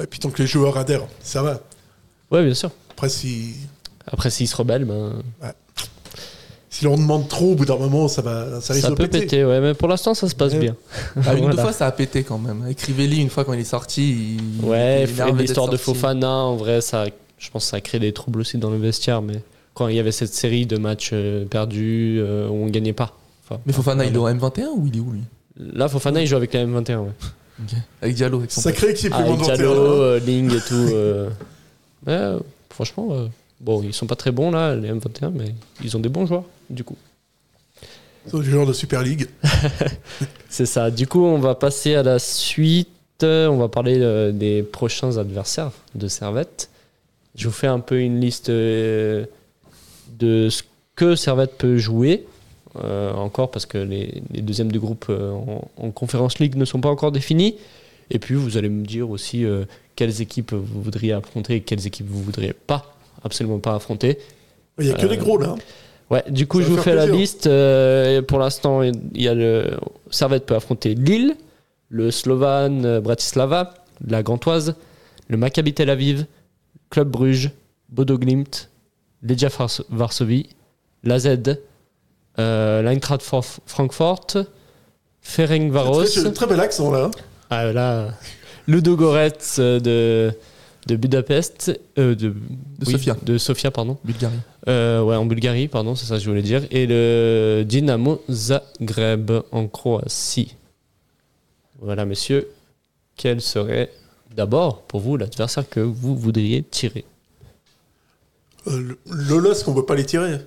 Speaker 6: et puis tant que les joueurs adhèrent ça va
Speaker 5: Ouais, bien sûr.
Speaker 6: après si
Speaker 5: Après, s'il se rebelle, ben,
Speaker 6: si l'on demande trop au bout d'un moment ça va ça
Speaker 5: ça,
Speaker 6: risque de
Speaker 5: peut péter. ouais, mais pour l'instant, ça se passe
Speaker 6: Ouais.
Speaker 5: bien.
Speaker 7: Ah, une ou deux
Speaker 5: Voilà.
Speaker 7: fois, ça a pété quand même. Avec Rivelli, une fois quand il est sorti, il. il est
Speaker 5: Ouais,
Speaker 7: énervé d'être
Speaker 5: l'histoire de
Speaker 7: sorti.
Speaker 5: Fofana, en vrai, ça, je pense que ça a créé des troubles aussi dans le vestiaire. Mais quand il y avait cette série de matchs euh, perdus euh, où on gagnait pas. Enfin,
Speaker 7: Mais Fofana, il est au M21 ou il est où lui
Speaker 5: Là, Fofana, il joue avec la M21. Ouais.
Speaker 7: Avec Diallo, avec son
Speaker 6: sacré équipe le
Speaker 5: Avec
Speaker 6: monde
Speaker 5: Diallo,
Speaker 6: entier.
Speaker 5: euh, Ling et tout. euh. Ouais, euh, franchement, euh, bon, ils sont pas très bons là, les M21, mais ils ont des bons joueurs, du coup.
Speaker 6: Ils sont du genre hein. de Super League
Speaker 5: C'est ça. Du coup, on va passer à la suite. Euh, On va parler euh, des prochains adversaires de Servette. Je vous fais un peu une liste euh, de ce que Servette peut jouer. euh, encore parce que les, les deuxièmes de groupe euh, en, en conférence league ne sont pas encore définis. Et puis vous allez me dire aussi euh, quelles équipes vous voudriez affronter et quelles équipes vous voudriez pas, absolument pas affronter.
Speaker 6: il y a que
Speaker 5: Euh,
Speaker 6: les gros là hein.
Speaker 5: Ouais, du coup,
Speaker 6: Ça
Speaker 5: je
Speaker 6: va
Speaker 5: vous fais
Speaker 6: faire
Speaker 5: la
Speaker 6: plaisir.
Speaker 5: liste. Euh, pour l'instant, il y a le Servette peut affronter Lille, le Slovan euh, Bratislava, la Gantoise, le Maccabi Tel Aviv, Club Bruges, Bodo Glimt, Legia Vars- Varsovie, la Z, euh, l'Eintracht Franf- Francfort, Ferencvaros.
Speaker 6: C'est très, très bel accent là hein.
Speaker 5: Ah là, Ludogorets euh, de de Budapest, euh, de, oui,
Speaker 7: Sofia.
Speaker 5: de Sofia pardon.
Speaker 7: Bulgarie.
Speaker 5: Euh, ouais, en Bulgarie, pardon, c'est ça que je voulais dire. Et le Dynamo Zagreb en Croatie. Voilà, messieurs, quel serait d'abord pour vous l'adversaire que vous voudriez tirer
Speaker 6: Euh, le- le LOS qu'on peut pas les tirer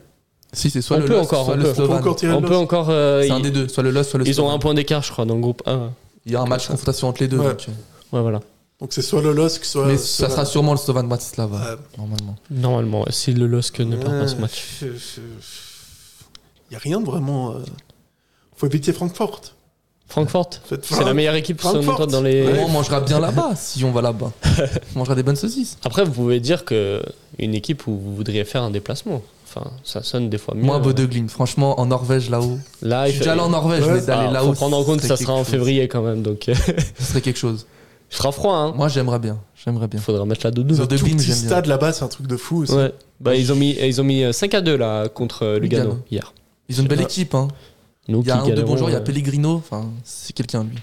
Speaker 7: Si, c'est soit
Speaker 5: On
Speaker 7: le
Speaker 5: peut
Speaker 7: Los,
Speaker 5: encore,
Speaker 7: soit
Speaker 5: on
Speaker 7: le
Speaker 5: peut. On peut
Speaker 6: faut
Speaker 7: Slovan.
Speaker 6: encore tirer
Speaker 5: On
Speaker 6: le
Speaker 5: peut
Speaker 6: LOS
Speaker 5: encore. euh,
Speaker 7: C'est un
Speaker 5: ils,
Speaker 7: des deux, soit le Los, soit le
Speaker 5: ils ont
Speaker 7: Slovan.
Speaker 5: un point d'écart, je crois, dans le groupe 1. Ouais,
Speaker 7: Il y a un match confrontation entre les deux.
Speaker 6: Ouais.
Speaker 7: donc, euh,
Speaker 5: voilà.
Speaker 6: donc c'est soit le LOSC soit
Speaker 7: mais
Speaker 6: soit
Speaker 7: ça
Speaker 6: la-
Speaker 7: sera sûrement le Slovan Bratislava,
Speaker 6: Ouais.
Speaker 7: normalement.
Speaker 5: Normalement, ouais, si le LOSC ne perd
Speaker 6: Euh,
Speaker 5: pas ce match.
Speaker 6: Il n'y a rien de vraiment. euh, faut éviter Francfort.
Speaker 5: Francfort,
Speaker 6: Faites-
Speaker 5: c'est la meilleure équipe selon
Speaker 6: Francfort.
Speaker 5: toi dans les.
Speaker 6: Ouais.
Speaker 7: Au moins, on mangera bien là-bas si on va là-bas. on mangera des bonnes saucisses.
Speaker 5: Après, vous pouvez dire que une équipe où vous voudriez faire un déplacement. Enfin, ça sonne des fois mieux. hein.
Speaker 7: Moi, Bodeglin, franchement, en Norvège là-haut.
Speaker 5: Là,
Speaker 7: Je
Speaker 5: Ah, il
Speaker 7: suis
Speaker 5: fait-
Speaker 7: déjà allé en Norvège,
Speaker 6: Ouais.
Speaker 7: mais d'aller
Speaker 5: Ah,
Speaker 7: là-haut.
Speaker 5: Faut prendre en compte
Speaker 7: ce
Speaker 5: que ça
Speaker 7: serait
Speaker 5: sera en
Speaker 7: quelque chose.
Speaker 5: février quand même, donc euh,
Speaker 7: Ce serait quelque chose.
Speaker 5: il fera froid. Hein.
Speaker 7: Moi, j'aimerais bien. J'aimerais bien.
Speaker 5: Faudra mettre la
Speaker 6: Ils
Speaker 5: doudoune.
Speaker 6: ont un
Speaker 7: de
Speaker 6: tout
Speaker 7: Blim,
Speaker 6: petit
Speaker 7: j'aime bien.
Speaker 6: stade là-bas, c'est un truc de fou. ça.
Speaker 5: Ouais. Bah, ils ont mis, ils ont mis 5 à 2 là contre euh, Lugano,
Speaker 7: Lugano.
Speaker 5: hier.
Speaker 7: Ils
Speaker 6: Je
Speaker 7: ont une
Speaker 6: sais
Speaker 7: belle
Speaker 6: pas.
Speaker 7: équipe. Hein.
Speaker 5: Nous
Speaker 7: Il y a
Speaker 5: qui
Speaker 7: un ou deux
Speaker 5: galérons,
Speaker 7: bons joueurs, il y a
Speaker 5: euh,
Speaker 7: Pellegrino, enfin, c'est quelqu'un lui.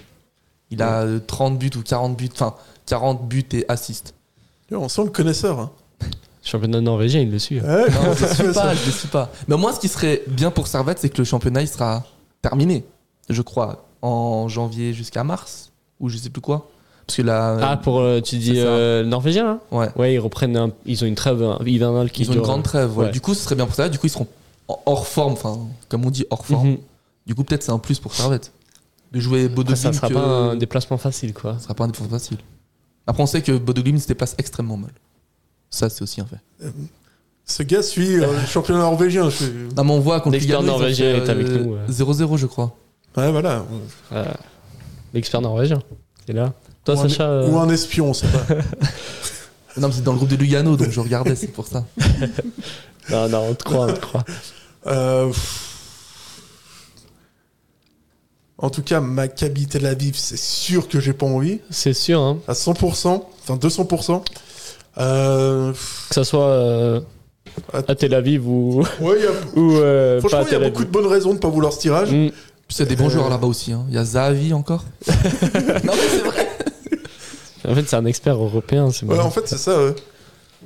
Speaker 7: Il a euh, 30 buts ou 40 buts, enfin 40 buts et assists.
Speaker 6: On sent le connaisseur. Hein.
Speaker 5: championnat norvégien, il le suit.
Speaker 6: Ouais,
Speaker 7: Non,
Speaker 6: je
Speaker 7: je ne suis
Speaker 6: sais
Speaker 7: pas,
Speaker 6: ça.
Speaker 7: je le suis pas. Mais moi, ce qui serait bien pour Servette, c'est que le championnat il sera terminé, je crois, en janvier jusqu'à mars, ou je sais plus quoi. Parce que là,
Speaker 5: Ah, pour euh, tu dis
Speaker 7: c'est ça.
Speaker 5: euh, norvégien là
Speaker 7: euh, ouais,
Speaker 5: Ouais, ils reprennent, un- ils ont une trêve euh, hivernale qui
Speaker 7: ils ont une
Speaker 5: dure-
Speaker 7: grande trêve. ouais.
Speaker 5: ouais.
Speaker 7: Du coup, ce serait bien pour Servette. Du coup, ils seront en- hors forme, enfin, comme on dit, hors
Speaker 5: Mhm.
Speaker 7: forme. Du coup, peut-être c'est un plus pour Servette de jouer
Speaker 5: Après,
Speaker 7: Bodo
Speaker 5: Ah, ça
Speaker 7: Glimt
Speaker 5: sera
Speaker 7: que-
Speaker 5: pas un déplacement facile quoi.
Speaker 7: Ce sera pas un défaut facile. Après, on sait que Bodo Glimt se déplace extrêmement mal. Ça, c'est aussi un fait.
Speaker 6: Ce gars suit euh, le championnat norvégien. je-
Speaker 7: Non, mais on voit contre
Speaker 5: L'expert
Speaker 7: Lugano, ils ont
Speaker 5: norvégien
Speaker 7: fait,
Speaker 5: est avec
Speaker 7: euh,
Speaker 5: nous, ouais.
Speaker 7: 0-0, je crois.
Speaker 6: Ouais, voilà.
Speaker 5: Euh, L'expert norvégien. C'est là. Toi,
Speaker 6: ou, un,
Speaker 5: Sacha. euh,
Speaker 6: ou un espion, c'est pas.
Speaker 7: Non, mais c'est dans le groupe de Lugano, donc je regardais, c'est pour ça.
Speaker 5: Non, Ah, non, on te croit, on te croit.
Speaker 6: Euh, pff. En tout cas, Maccabi Tel Aviv, c'est sûr que j'ai pas envie.
Speaker 5: C'est sûr, hein.
Speaker 6: À 100%, enfin 200%. Euh, pff,
Speaker 5: Que ça soit euh, à Tel Aviv ou,
Speaker 6: Ouais, il y a-
Speaker 5: ou euh, pas
Speaker 6: franchement,
Speaker 5: à
Speaker 6: il y a
Speaker 5: Tel Aviv.
Speaker 6: beaucoup de bonnes raisons de pas vouloir ce tirage.
Speaker 5: Mm.
Speaker 7: Puis il y a des bons joueurs là-bas aussi. hein. Il y a Zahavi encore. non, mais c'est vrai.
Speaker 5: En fait, c'est un expert européen. c'est
Speaker 6: Ouais,
Speaker 5: marrant.
Speaker 6: en fait, c'est ça. ouais.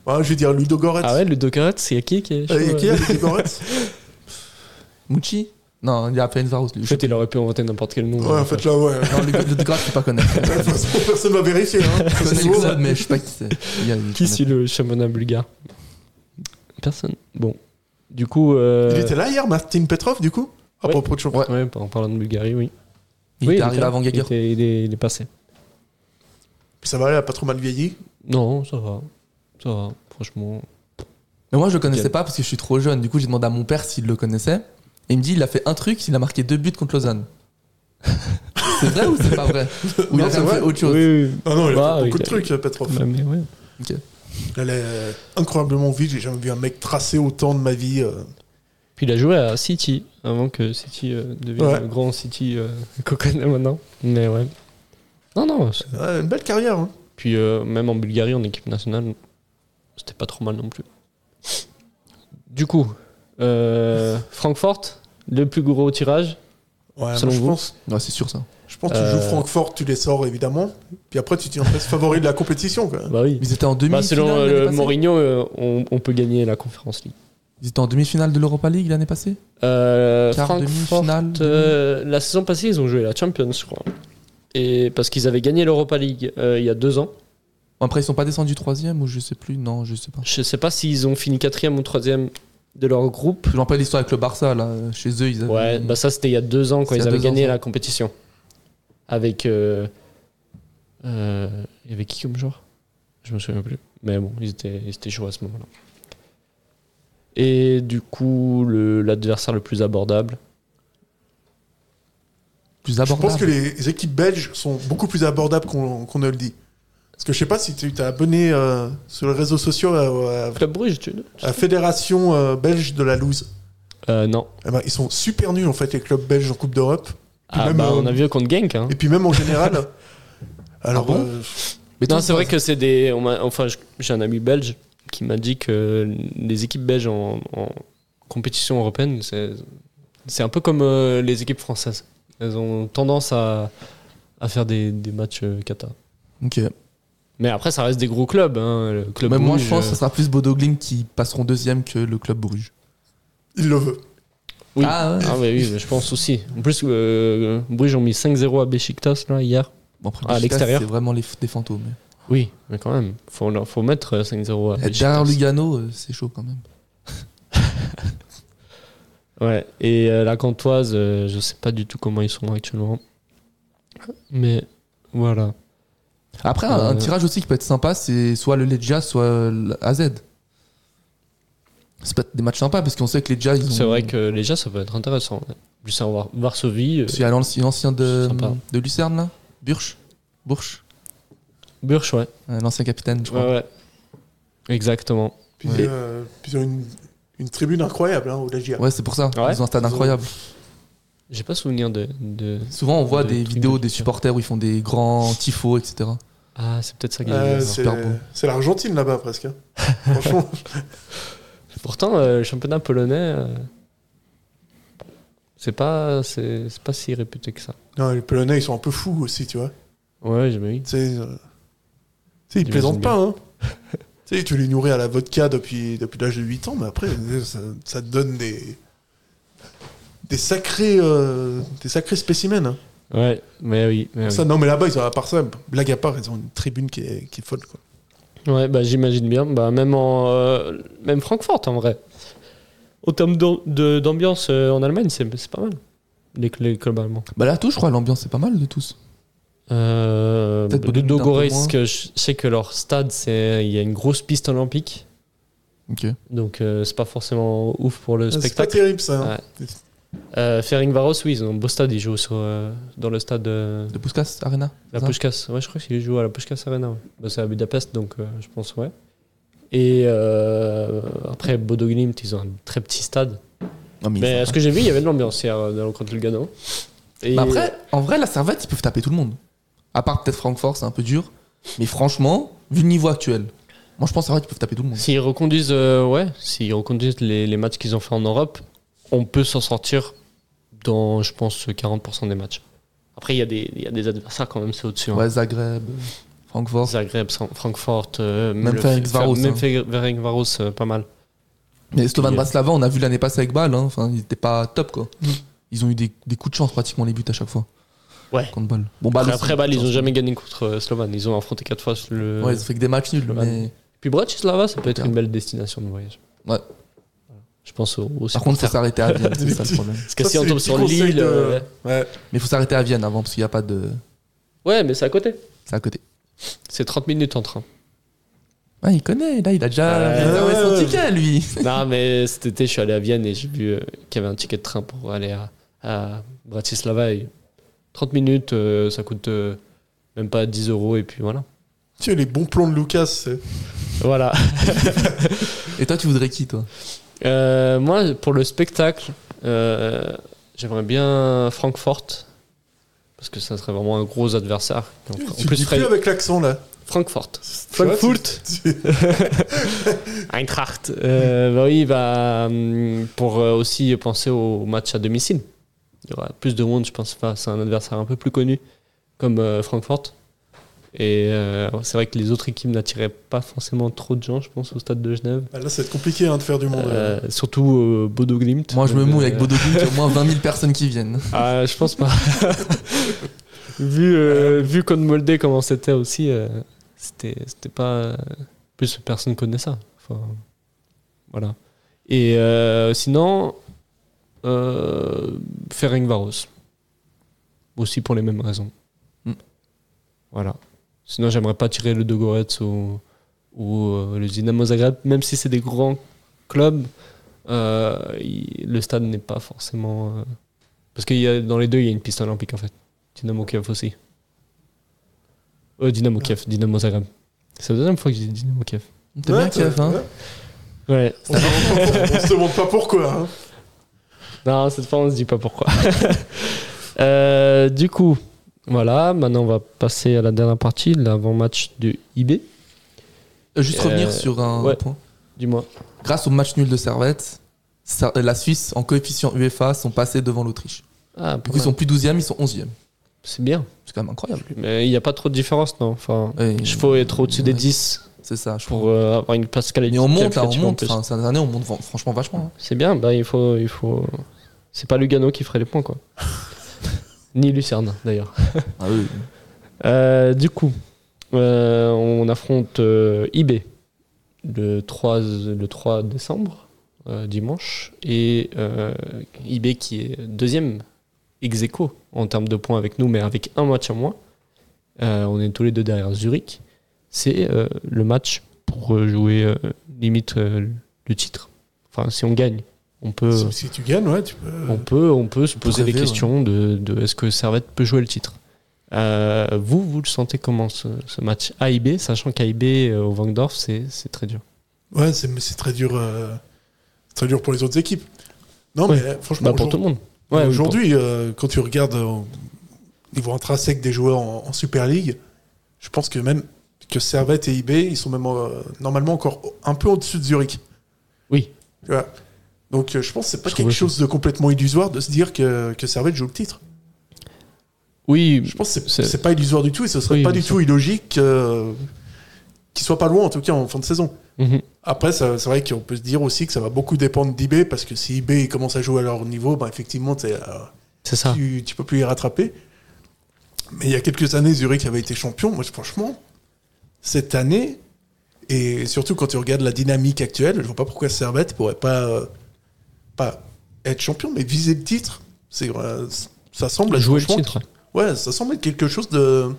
Speaker 6: Ouais, je vais dire Ludo Goretz.
Speaker 5: Ah ouais, le Docaret, c'est qui qui est chaud,
Speaker 6: Euh, qui
Speaker 5: ouais.
Speaker 6: est Ludo Goretz
Speaker 7: Mucci Non, il y a Ferencvaros.
Speaker 5: En
Speaker 7: lui.
Speaker 5: fait, il aurait pu inventer n'importe quel nom.
Speaker 6: Ouais, en fait, là, ouais.
Speaker 7: Non, le gars de Graaf, je ne pas connaître.
Speaker 6: De toute façon, personne va vérifier. Hein.
Speaker 7: Je connais
Speaker 6: C'est
Speaker 7: le
Speaker 6: beau,
Speaker 7: club,
Speaker 6: ouais.
Speaker 7: mais je sais pas qui c'est. Il y a-
Speaker 5: Qui suit le championnat bulgare Personne. Bon. Du coup. euh,
Speaker 6: Il était là hier, Martin Petrov, du coup À
Speaker 5: Ouais.
Speaker 6: propos de champion.
Speaker 5: Ouais, en parlant de Bulgarie, oui.
Speaker 7: Il
Speaker 5: Oui,
Speaker 7: est arrivé
Speaker 5: là.
Speaker 7: avant Geiger.
Speaker 5: Il, était- il est, il est passé.
Speaker 6: Ça va, elle a pas trop mal vieilli.
Speaker 5: Non, ça va. Ça va, franchement.
Speaker 7: Mais moi, je le connaissais
Speaker 5: Nickel.
Speaker 7: pas parce que je suis trop jeune. Du coup, j'ai demandé à mon père s'il le connaissait. Et il me dit il a fait un truc, il a marqué deux buts contre Lausanne. c'est vrai ou c'est pas vrai Ou il
Speaker 6: Non,
Speaker 7: a
Speaker 6: c'est
Speaker 7: quand même
Speaker 6: vrai.
Speaker 7: fait autre chose
Speaker 5: Oui, oui.
Speaker 6: Ah non, il a
Speaker 5: Bah,
Speaker 6: fait beaucoup
Speaker 5: il
Speaker 6: de
Speaker 5: a-
Speaker 6: trucs, Petrov.
Speaker 5: Bah, mais ouais.
Speaker 7: Ok.
Speaker 6: Elle est euh, incroyablement vite. J'ai jamais vu un mec tracer autant de ma vie. euh.
Speaker 5: Puis il a joué à City, avant que City euh, devienne
Speaker 6: Ouais.
Speaker 5: le grand City euh, qu'on connaît maintenant. Mais ouais. Non, non. c'est-
Speaker 6: Ouais, une belle carrière. hein.
Speaker 5: Puis euh, même en Bulgarie, en équipe nationale, c'était pas trop mal non plus. Du coup, euh, Francfort, le plus gros tirage.
Speaker 6: Ouais,
Speaker 5: Selon
Speaker 6: moi, je
Speaker 5: vous
Speaker 6: pense,
Speaker 7: Ouais, c'est sûr ça.
Speaker 6: je pense que tu
Speaker 5: Euh.
Speaker 6: joues Francfort, tu les sors évidemment. Puis après, tu tiens presque favori de la compétition. Quoi.
Speaker 5: Bah oui.
Speaker 7: Ils étaient en
Speaker 5: Bah,
Speaker 7: demi-finale.
Speaker 5: selon euh,
Speaker 7: l'année
Speaker 5: le
Speaker 7: passée
Speaker 5: Mourinho, euh, on, on peut gagner la Conférence League.
Speaker 7: Ils étaient en demi-finale de l'Europa League l'année passée
Speaker 5: Euh,
Speaker 7: Quart,
Speaker 5: Francfort,
Speaker 7: demi-finale,
Speaker 5: euh, la saison passée, ils ont joué la Champions, je crois. Et parce qu'ils avaient gagné l'Europa League euh, il y a deux ans.
Speaker 7: Après, ils sont pas descendus troisième ou je sais plus. Non, je sais pas.
Speaker 5: Je sais pas s'ils ont fini quatrième ou troisième de leur groupe.
Speaker 7: Je me rappelle l'histoire avec le Barça, là. euh, Chez eux, ils avaient.
Speaker 5: Ouais, bah ça c'était il y a deux ans quand
Speaker 7: C'est il y
Speaker 5: ils
Speaker 7: a
Speaker 5: avaient
Speaker 7: deux ans,
Speaker 5: gagné
Speaker 7: ça.
Speaker 5: la compétition. Avec. euh, euh, il y avait qui comme joueur Je me souviens plus. Mais bon, ils étaient, ils étaient chauds à ce moment-là. Et du coup, le- l'adversaire le, plus abordable.
Speaker 7: plus
Speaker 6: Je
Speaker 7: abordable.
Speaker 6: pense que les équipes belges sont beaucoup plus abordables qu'on qu'on ne le dit. Parce que je sais pas si tu t'es abonné euh, sur les réseaux sociaux à, à-
Speaker 5: Club Bruges, tu veux
Speaker 6: à la Fédération euh, belge de la Loose.
Speaker 5: euh, Non.
Speaker 6: Eh ben, ils sont super nuls en fait les clubs belges en Coupe d'Europe.
Speaker 5: Ah
Speaker 6: même,
Speaker 5: bah,
Speaker 6: euh,
Speaker 5: on a vu contre Genk. Hein.
Speaker 6: Et puis même en général. Alors,
Speaker 7: Ah bon
Speaker 6: euh,
Speaker 7: Mais
Speaker 5: Non,
Speaker 7: toi,
Speaker 5: c'est
Speaker 7: toi,
Speaker 5: vrai que c'est des. on m'a- enfin, je- j'ai un ami belge qui m'a dit que les équipes belges en, en compétition européenne, c'est c'est un peu comme euh, les équipes françaises. Elles ont tendance à, à faire des, des matchs euh, cata.
Speaker 7: Ok.
Speaker 5: Mais après, ça reste des gros clubs. hein, le club
Speaker 7: Mais moi, je
Speaker 5: Bruges,
Speaker 7: pense que
Speaker 5: euh,
Speaker 7: ce sera plus Bodo Glimt qui passeront deuxième que le club Bruges.
Speaker 6: il le veut.
Speaker 5: Oui.
Speaker 7: Ah ouais.
Speaker 5: Ah, mais oui, mais je pense aussi. En plus, euh, Bruges ont mis 5-0 à Besiktas là, hier.
Speaker 7: Bon, après,
Speaker 5: Ah,
Speaker 7: Beşiktaş,
Speaker 5: l'extérieur. Ah,
Speaker 7: C'est vraiment les f- des fantômes. mais-
Speaker 5: Oui, mais quand même, faut, leur- faut mettre euh, 5-0 à
Speaker 7: Et
Speaker 5: Besiktas.
Speaker 7: Derrière Lugano, euh, c'est chaud quand même.
Speaker 5: Ouais, et euh, la Cantoise, euh, je sais pas du tout comment ils sont actuellement. Mais voilà.
Speaker 7: Après, un,
Speaker 5: Euh,
Speaker 7: un tirage aussi qui peut être sympa, c'est soit le Legia, soit le AZ. C'est pas des matchs sympas parce qu'on sait que les Legia, ils ont.
Speaker 5: C'est vrai que déjà, ça peut être intéressant. Du savoir Varsovie, euh,
Speaker 7: Parce qu'il y a l'anci- l'ancien de,
Speaker 5: Sympa.
Speaker 7: de Lucerne, là. Bursch. Bursch.
Speaker 5: Bursch, ouais.
Speaker 7: Ouais, L'ancien capitaine, je crois.
Speaker 5: ouais, ouais. Exactement.
Speaker 6: Puis,
Speaker 7: Ouais.
Speaker 6: euh, puis ils ont une, une tribune incroyable hein, au Lagia.
Speaker 7: Ouais, c'est pour ça.
Speaker 5: Ouais.
Speaker 7: Ils ont un stade
Speaker 6: Ils ont-
Speaker 7: incroyable.
Speaker 5: J'ai pas souvenir de. de-
Speaker 7: Souvent, on voit
Speaker 5: de
Speaker 7: des
Speaker 5: trucs
Speaker 7: vidéos
Speaker 5: de
Speaker 7: des
Speaker 5: culture.
Speaker 7: supporters où ils font des grands tifos, etc.
Speaker 5: Ah, c'est peut-être ça qui
Speaker 6: Euh,
Speaker 5: est.
Speaker 6: c'est
Speaker 7: super beau.
Speaker 6: c'est l'Argentine là-bas presque. hein. Franchement,
Speaker 5: Pourtant, euh, le championnat polonais, euh, c'est pas, c'est c'est pas si réputé que ça.
Speaker 6: non, les Polonais ils sont un peu fous aussi, tu vois.
Speaker 5: Ouais, j'ai oui.
Speaker 6: Tu sais, euh, tu sais, ils
Speaker 5: J'imagine
Speaker 6: plaisantent
Speaker 5: bien.
Speaker 6: pas. Hein. tu sais, tu les nourris à la vodka depuis, depuis l'âge de 8 ans, mais après, ça, ça te donne des, des, sacrés, euh, des sacrés spécimens. hein.
Speaker 5: Ouais, mais oui. mais Ah oui.
Speaker 6: Ça, non, mais là-bas, ils ont, à part ça, blague à part, ils ont une tribune qui est, qui est folle. Quoi.
Speaker 5: Ouais, bah, j'imagine bien. Bah, même, en, euh, même Francfort, en vrai. Au terme d'am- de- d'ambiance euh, en Allemagne, c'est c'est pas mal. Les, les clubs allemands.
Speaker 7: Bah là, tout, je crois, l'ambiance, c'est pas mal de tous.
Speaker 5: Euh,
Speaker 7: Peut-être
Speaker 5: le
Speaker 7: Bodoglint un peu
Speaker 5: Dogorets,
Speaker 7: moins.
Speaker 5: que je sais que leur stade, c'est il y a une grosse piste olympique.
Speaker 7: Ok.
Speaker 5: Donc, euh, c'est pas forcément ouf pour le
Speaker 6: C'est pas
Speaker 5: spectacle. Ah.
Speaker 6: terrible, ça. hein.
Speaker 5: Euh, Varos, oui, ils ont un beau stade. Ils jouent sur, euh, dans le stade euh,
Speaker 7: De Puskas Arena
Speaker 5: La
Speaker 7: c'est ça
Speaker 5: Pushkas, ouais, je crois qu'il joue à la Pushkas Arena. ouais. Bah, c'est à Budapest, donc euh, je pense, ouais. Et euh, après, Bodo Glimt, ils ont un très petit stade.
Speaker 7: Non, mais ils
Speaker 5: Mais
Speaker 7: sont
Speaker 5: à ce que j'ai vu, il y avait de l'ambiance hier euh, dans le contre Lugano. Et
Speaker 7: Mais Bah après, en vrai, la servette, ils peuvent taper tout le monde. À part peut-être Francfort, c'est un peu dur. Mais franchement, vu le niveau actuel, Moi, je pense c'est vrai qu'ils peuvent taper tout le monde.
Speaker 5: S'ils reconduisent, euh, ouais, s'ils reconduisent les, les matchs qu'ils ont fait en Europe, on peut s'en sortir dans, je pense, 40% des matchs. Après, il y, a des- il y a des adversaires quand même, c'est au-dessus. hein.
Speaker 7: Ouais, Zagreb, euh, Francfort.
Speaker 5: Zagreb, San- Francfort, euh,
Speaker 7: Même
Speaker 5: le-
Speaker 7: Ferenc Varos,
Speaker 5: Même
Speaker 7: hein.
Speaker 5: Ferenc Varos, euh, pas mal.
Speaker 7: Mais Slovan
Speaker 5: Puis, euh,
Speaker 7: Bratislava, on a vu l'année passée avec Bâle, hein. enfin, ils n'étaient pas top quoi.
Speaker 5: Mm.
Speaker 7: Ils ont eu des, des coups de chance pratiquement les buts à chaque fois
Speaker 5: Ouais.
Speaker 7: contre Bâle. Bon, Bâle
Speaker 5: Après,
Speaker 7: aussi,
Speaker 5: après, Bâle, ils
Speaker 7: chance.
Speaker 5: ont jamais gagné contre euh, Slovan. Ils ont affronté quatre fois le.
Speaker 7: Ouais, ils ont fait que des matchs nuls.
Speaker 5: Slovan.
Speaker 7: Mais...
Speaker 5: Puis Bratislava, ça peut être une belle destination de voyage.
Speaker 7: Ouais.
Speaker 5: Je pense au- aussi.
Speaker 7: Par contre, il faut s'arrêter à Vienne, c'est ça le problème.
Speaker 5: parce que
Speaker 6: Ça,
Speaker 5: si on
Speaker 6: c'est
Speaker 5: tombe
Speaker 6: les
Speaker 5: sur
Speaker 6: petits conseils
Speaker 5: l'île.
Speaker 6: de-
Speaker 5: euh,
Speaker 6: Ouais.
Speaker 7: Mais il faut s'arrêter à Vienne avant parce qu'il n'y a pas de.
Speaker 5: Ouais, mais c'est à côté.
Speaker 7: C'est à côté.
Speaker 5: C'est 30 minutes en train.
Speaker 7: Ah, il connaît, là, il a déjà
Speaker 5: Ouais.
Speaker 7: réservé son ticket lui.
Speaker 5: non, mais cet été, je suis allé à Vienne et j'ai vu euh, qu'il y avait un ticket de train pour aller à, à Bratislava. Et 30 minutes, euh, ça coûte euh, même pas 10 euros et puis voilà.
Speaker 6: Tiens, les bons plans de Lucas. c'est-
Speaker 5: Voilà.
Speaker 7: Et toi, tu voudrais qui toi
Speaker 5: Euh, moi, pour le spectacle, euh, j'aimerais bien Francfort. Parce que ça serait vraiment un gros adversaire. En, en
Speaker 6: Tu le
Speaker 5: plus,
Speaker 6: dis
Speaker 5: Fred-
Speaker 6: plus avec l'accent là.
Speaker 5: Francfort.
Speaker 6: Tu vois, tu-
Speaker 5: Frankfurt.
Speaker 6: tu-
Speaker 5: Eintracht. Euh, bah oui, bah, hum, pour euh, aussi penser au match à domicile. Il y aura plus de monde, je pense, face à un adversaire un peu plus connu, comme euh, Francfort. Et euh, c'est vrai que les autres équipes n'attiraient pas forcément trop de gens, je pense, au stade de Genève.
Speaker 6: Bah, Là, ça va être compliqué hein, de faire du monde.
Speaker 5: Euh, surtout euh, Bodo Glimt.
Speaker 7: Moi, je me
Speaker 5: Donc,
Speaker 7: mouille
Speaker 5: euh,
Speaker 7: avec Bodo Glimt, il y a au moins 20 000 personnes qui viennent.
Speaker 5: Ah, je pense pas. vu euh, vu Code Moldé comment c'était aussi, euh, c'était c'était pas euh, plus personne connaît ça. Enfin, voilà. Et euh, sinon, euh, Ferenc Varos aussi pour les mêmes raisons.
Speaker 7: Mm.
Speaker 5: Voilà. Sinon, j'aimerais pas tirer le Dogorets ou, ou euh, le Dynamo Zagreb, même si c'est des grands clubs. euh, il- le stade n'est pas forcément euh, parce que y a- dans les deux, il y a une piste olympique en fait. Dynamo Kiev aussi. Euh, Dynamo Kiev, Dynamo Zagreb. C'est la deuxième fois que j'ai dit Dynamo Kiev.
Speaker 7: T'as bien Kiev, hein
Speaker 6: ouais.
Speaker 5: Ouais.
Speaker 6: On se demande pas pourquoi. hein.
Speaker 5: Non, cette fois, on se dit pas pourquoi. Euh, du coup, voilà. Maintenant, on va passer à la dernière partie, l'avant-match de IB.
Speaker 7: Euh, Juste
Speaker 5: Euh,
Speaker 7: revenir sur un
Speaker 5: ouais.
Speaker 7: point.
Speaker 5: Dis-moi.
Speaker 7: Grâce au match nul de Servette, Ser- euh, la Suisse en coefficient UEFA sont passés devant l'Autriche.
Speaker 5: Ah,
Speaker 7: Du coup, ils sont plus 12e, ils sont 11e.
Speaker 5: C'est bien.
Speaker 7: C'est quand même incroyable.
Speaker 5: Mais il n'y a pas trop de différence, non Enfin,
Speaker 7: Ouais,
Speaker 5: il faut être au-dessus des
Speaker 7: ouais.
Speaker 5: 10
Speaker 7: C'est ça, je
Speaker 5: pour euh, avoir une place
Speaker 7: Mais
Speaker 5: qualifiée.
Speaker 7: on monte là, on
Speaker 5: en
Speaker 7: monte.
Speaker 5: plus.
Speaker 7: Enfin, cette année, on monte franchement vachement. hein.
Speaker 5: C'est bien, bah, il faut. Il faut... C'est pas Lugano qui ferait les points, quoi. Ni Lucerne, d'ailleurs. Ah Euh, du coup, euh, on affronte euh, IB le 3, le 3 décembre, euh, dimanche. Et euh, IB qui est deuxième ex aequo en termes de points avec nous, mais avec un match en moins. Euh, on est tous les deux derrière Zurich. C'est euh, le match pour euh, jouer euh, limite euh, le titre. Enfin, si on gagne, on peut.
Speaker 6: Si, si tu gagnes, ouais, tu peux.
Speaker 5: On peut, on peut se poser des
Speaker 7: rêver, ouais.
Speaker 5: questions de, de est-ce que Servette peut jouer le titre Euh, Vous, vous le sentez comment ce, ce match A et B, sachant qu'A et B euh, au Vangdorf, c'est c'est très dur.
Speaker 6: Ouais, c'est mais c'est très dur. euh, c'est très dur pour les autres équipes. Non,
Speaker 5: Ouais.
Speaker 6: mais euh, franchement,
Speaker 5: Bah, pour tout le monde. Ouais, oui,
Speaker 6: aujourd'hui, euh, quand tu regardes euh, au niveau intrinsèque des joueurs en, en Super League, je pense que même que Servette et IB, ils sont même euh, normalement encore un peu au-dessus de Zurich.
Speaker 5: Oui.
Speaker 6: Tu vois. Donc euh, je pense que c'est pas
Speaker 5: Je
Speaker 6: quelque
Speaker 5: trouve
Speaker 6: chose de complètement illusoire de se dire que, que Servette joue le titre.
Speaker 5: pour- Oui,
Speaker 6: Je pense que c'est-
Speaker 5: C'est-
Speaker 6: c'est pas illusoire du tout et ce serait
Speaker 5: Oui,
Speaker 6: pas
Speaker 5: bien
Speaker 6: du
Speaker 5: sûr.
Speaker 6: tout illogique euh, qu'il soit pas loin, en tout cas en fin de saison.
Speaker 5: mhm,
Speaker 6: Après, ça- c'est vrai qu'on peut se dire aussi que ça va beaucoup dépendre d'IB, parce que si IB il commence à jouer à leur niveau, bah, effectivement, t'es, euh,
Speaker 5: c'est ça.
Speaker 6: tu, tu peux plus les rattraper. Mais il y a quelques années, Zurich avait été champion. Moi, je- franchement, cette année, et surtout quand tu regardes la dynamique actuelle, je vois pas pourquoi Servette pourrait pas, euh, pas être champion, mais viser le titre, c'est, euh, ça semble être
Speaker 5: jouer le
Speaker 6: franchement
Speaker 5: titre. ouais.
Speaker 6: Ouais, ça semble être quelque chose de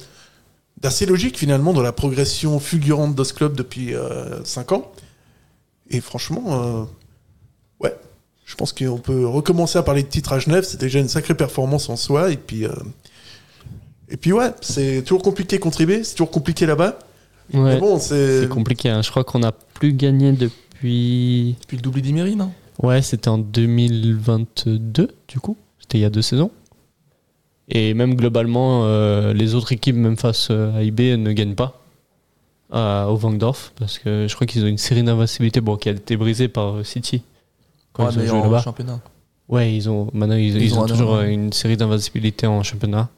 Speaker 6: d'assez logique finalement dans la progression fulgurante de ce club depuis 5 ans. Et franchement, euh, ouais, je pense qu'on peut recommencer à parler de titre à Genève. C'est déjà une sacrée performance en soi. Et puis, euh, et puis ouais, c'est toujours compliqué de contribuer, c'est toujours compliqué là-bas.
Speaker 5: Ouais,
Speaker 6: Mais bon, euh, c'est
Speaker 5: c'est compliqué. hein. Je crois qu'on n'a plus gagné depuis.
Speaker 7: Depuis le hein. doublé d'Iméry, non
Speaker 5: Ouais, c'était en 2022, du coup. C'était il y a deux saisons. Et même globalement, euh, les autres équipes, même face euh, à IB, ne gagnent pas. à- au Vangdorf parce que je crois qu'ils ont une série d'invincibilité bon, qui a été brisée par euh, City quand
Speaker 7: Ouais,
Speaker 5: ils ont
Speaker 7: mais
Speaker 5: joué
Speaker 7: en
Speaker 5: là-bas.
Speaker 7: championnat.
Speaker 5: Ouais, ils ont, maintenant ils, ils
Speaker 7: ont
Speaker 5: ont
Speaker 7: un
Speaker 5: toujours
Speaker 7: an.
Speaker 5: euh, une série d'invincibilité en championnat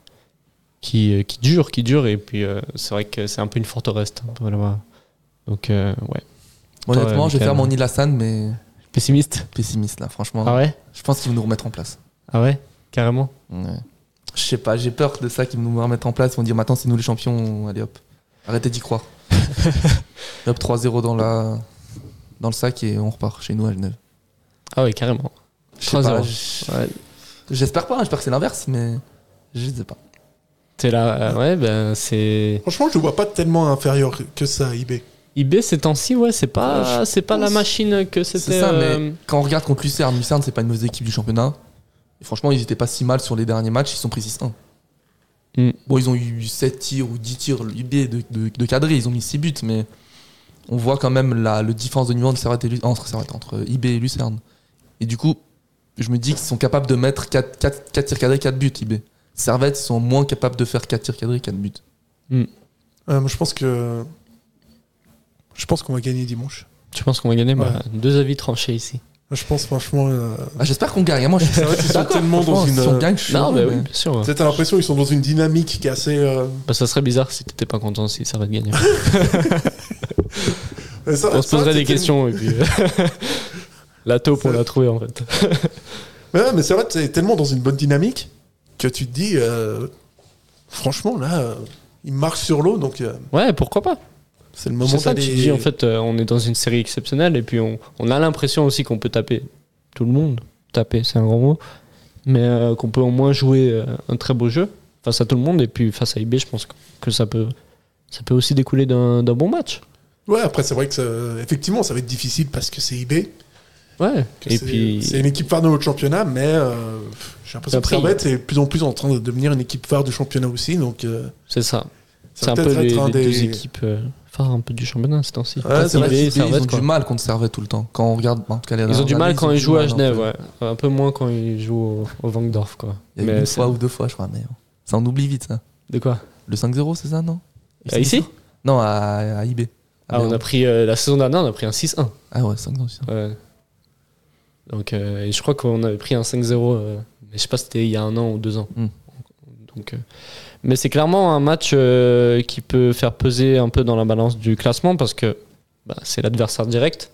Speaker 5: qui, euh, qui dure, qui dure, et puis euh, c'est vrai que c'est un peu une forteresse un peu, là-bas. Donc, euh, ouais.
Speaker 7: Bon,
Speaker 5: Toi,
Speaker 7: honnêtement, je vais
Speaker 5: Michael.
Speaker 7: faire mon Ilasan, mais
Speaker 5: Pessimiste
Speaker 7: pessimiste là, franchement.
Speaker 5: Ah ouais
Speaker 7: Je pense qu'ils vont nous remettre en place.
Speaker 5: Ah ouais Carrément
Speaker 7: Ouais. Je sais pas, j'ai peur de ça qu'ils vont nous remettre en place. Ils vont dire maintenant c'est nous les champions, allez hop. Arrêtez d'y croire. Et hop, 3-0 dans, la... dans le sac et on repart chez nous à Genève.
Speaker 5: Ah ouais, carrément.
Speaker 7: Je sais pas,
Speaker 5: 3-0.
Speaker 7: je-
Speaker 5: Ouais.
Speaker 7: J'espère pas, j'espère que c'est l'inverse, mais je sais pas.
Speaker 5: T'es là, euh, ouais, ben c'est.
Speaker 6: Franchement, je ne vois pas tellement inférieur que ça à eBay.
Speaker 5: IB ces temps-ci, ouais, c'est pas,
Speaker 7: Ouais, Ah, je
Speaker 5: c'est pas la
Speaker 7: pense-
Speaker 5: machine que c'était.
Speaker 7: C'est ça,
Speaker 5: euh,
Speaker 7: mais quand on regarde contre Lucerne, Lucerne c'est pas une mauvaise équipe du championnat. Et franchement, ils étaient pas si mal sur les derniers matchs, ils sont pris 6-1.
Speaker 5: Mm.
Speaker 7: Bon, ils ont eu 7 tirs ou 10 tirs UB de, de, de cadré, ils ont mis 6 buts, mais on voit quand même la le différence de niveau entre, Servette et Lu- entre, Servette, entre IB et Lucerne. Et du coup, je me dis qu'ils sont capables de mettre 4, tirs cadrés, 4 buts IB. Servette, ils sont moins capables de faire 4 tirs cadrés, 4 buts.
Speaker 6: Euh, moi, je pense que. Je pense qu'on va gagner dimanche.
Speaker 5: Tu penses qu'on va gagner
Speaker 6: Ouais.
Speaker 5: Bah, Deux avis tranchés ici.
Speaker 6: Je pense franchement. euh,
Speaker 7: Ah, J'espère qu'on gagne. Moi, je suis
Speaker 6: Servette, ils sont tellement dans
Speaker 7: franchement,
Speaker 6: une,
Speaker 7: Si on
Speaker 6: euh,
Speaker 7: gagne, je suis
Speaker 5: non,
Speaker 7: heureux,
Speaker 5: mais
Speaker 7: mais-
Speaker 5: oui, bien sûr. ouais.
Speaker 6: Tu sais, t'as l'impression qu'ils sont dans une dynamique qui est assez. euh,
Speaker 5: Bah, ça serait bizarre si t'étais pas content si ça va te gagner.
Speaker 6: ça-
Speaker 5: On se
Speaker 6: ça,
Speaker 5: poserait des
Speaker 6: c'était-
Speaker 5: questions et puis. euh, la taupe, on
Speaker 6: Ça-
Speaker 5: l'a trouvée en fait.
Speaker 6: Mais ouais, mais c'est vrai, t'es tellement dans une bonne dynamique que tu te dis, euh, franchement, là, euh, ils marchent sur l'eau, donc euh,
Speaker 5: Ouais, pourquoi pas
Speaker 6: c'est le
Speaker 5: C'est
Speaker 6: moment
Speaker 5: ça, tu
Speaker 6: d'aller.
Speaker 5: dis en fait, euh, on est dans une série exceptionnelle et puis on, on a l'impression aussi qu'on peut taper tout le monde. Taper, c'est un grand mot. Mais euh, qu'on peut au moins jouer euh, un très beau jeu face à tout le monde et puis face à IB, je pense que- que ça peut, ça peut aussi découler d'un d'un bon match.
Speaker 6: Ouais, après, c'est vrai que ça- effectivement, ça va être difficile parce que c'est IB.
Speaker 5: Ouais.
Speaker 6: que
Speaker 5: Et
Speaker 6: c'est-
Speaker 5: puis.
Speaker 6: C'est une équipe phare de notre championnat, mais euh, pff, j'ai l'impression que
Speaker 5: Après,
Speaker 6: Servette est de plus en plus en train de devenir une équipe phare du championnat aussi, donc euh,
Speaker 5: C'est ça. C'est
Speaker 6: va
Speaker 5: un peu
Speaker 6: peut-être
Speaker 5: les,
Speaker 6: être un
Speaker 5: les
Speaker 6: des-
Speaker 5: deux équipes euh, phares un peu du championnat ces temps-ci.
Speaker 6: Ouais,
Speaker 5: Pas
Speaker 6: c'est vrai,
Speaker 5: Tibet,
Speaker 7: Ils
Speaker 5: Servette,
Speaker 7: ont
Speaker 5: quoi.
Speaker 7: du mal contre Servette tout le temps. Quand on regarde, en tout cas, les
Speaker 5: Ils ont du
Speaker 7: dernières
Speaker 5: mal
Speaker 7: années,
Speaker 5: quand
Speaker 7: ont
Speaker 5: ils
Speaker 7: du
Speaker 5: jouent à
Speaker 7: mal,
Speaker 5: Genève,
Speaker 7: en fait.
Speaker 5: ouais. Un peu moins quand ils jouent au, au Vangdorf, quoi.
Speaker 7: Il y a eu
Speaker 5: Mais
Speaker 7: une
Speaker 5: c'est-
Speaker 7: fois ou deux fois, je crois. Mais ça, on oublie vite, ça.
Speaker 5: De quoi
Speaker 7: Le 5-0, c'est ça, non
Speaker 5: Ah, Ici
Speaker 7: Non, à, à IB.
Speaker 5: Ah, on a pris euh, la saison dernière, on a pris un 6-1.
Speaker 7: Ah ouais, 5-0, c'est ça.
Speaker 5: Ouais. Donc, euh, et je crois qu'on avait pris un 5-0, euh, mais je sais pas si c'était il y a un an ou deux ans.
Speaker 7: Mm.
Speaker 5: Donc, euh, mais c'est clairement un match euh, qui peut faire peser un peu dans la balance du classement parce que bah, c'est l'adversaire direct.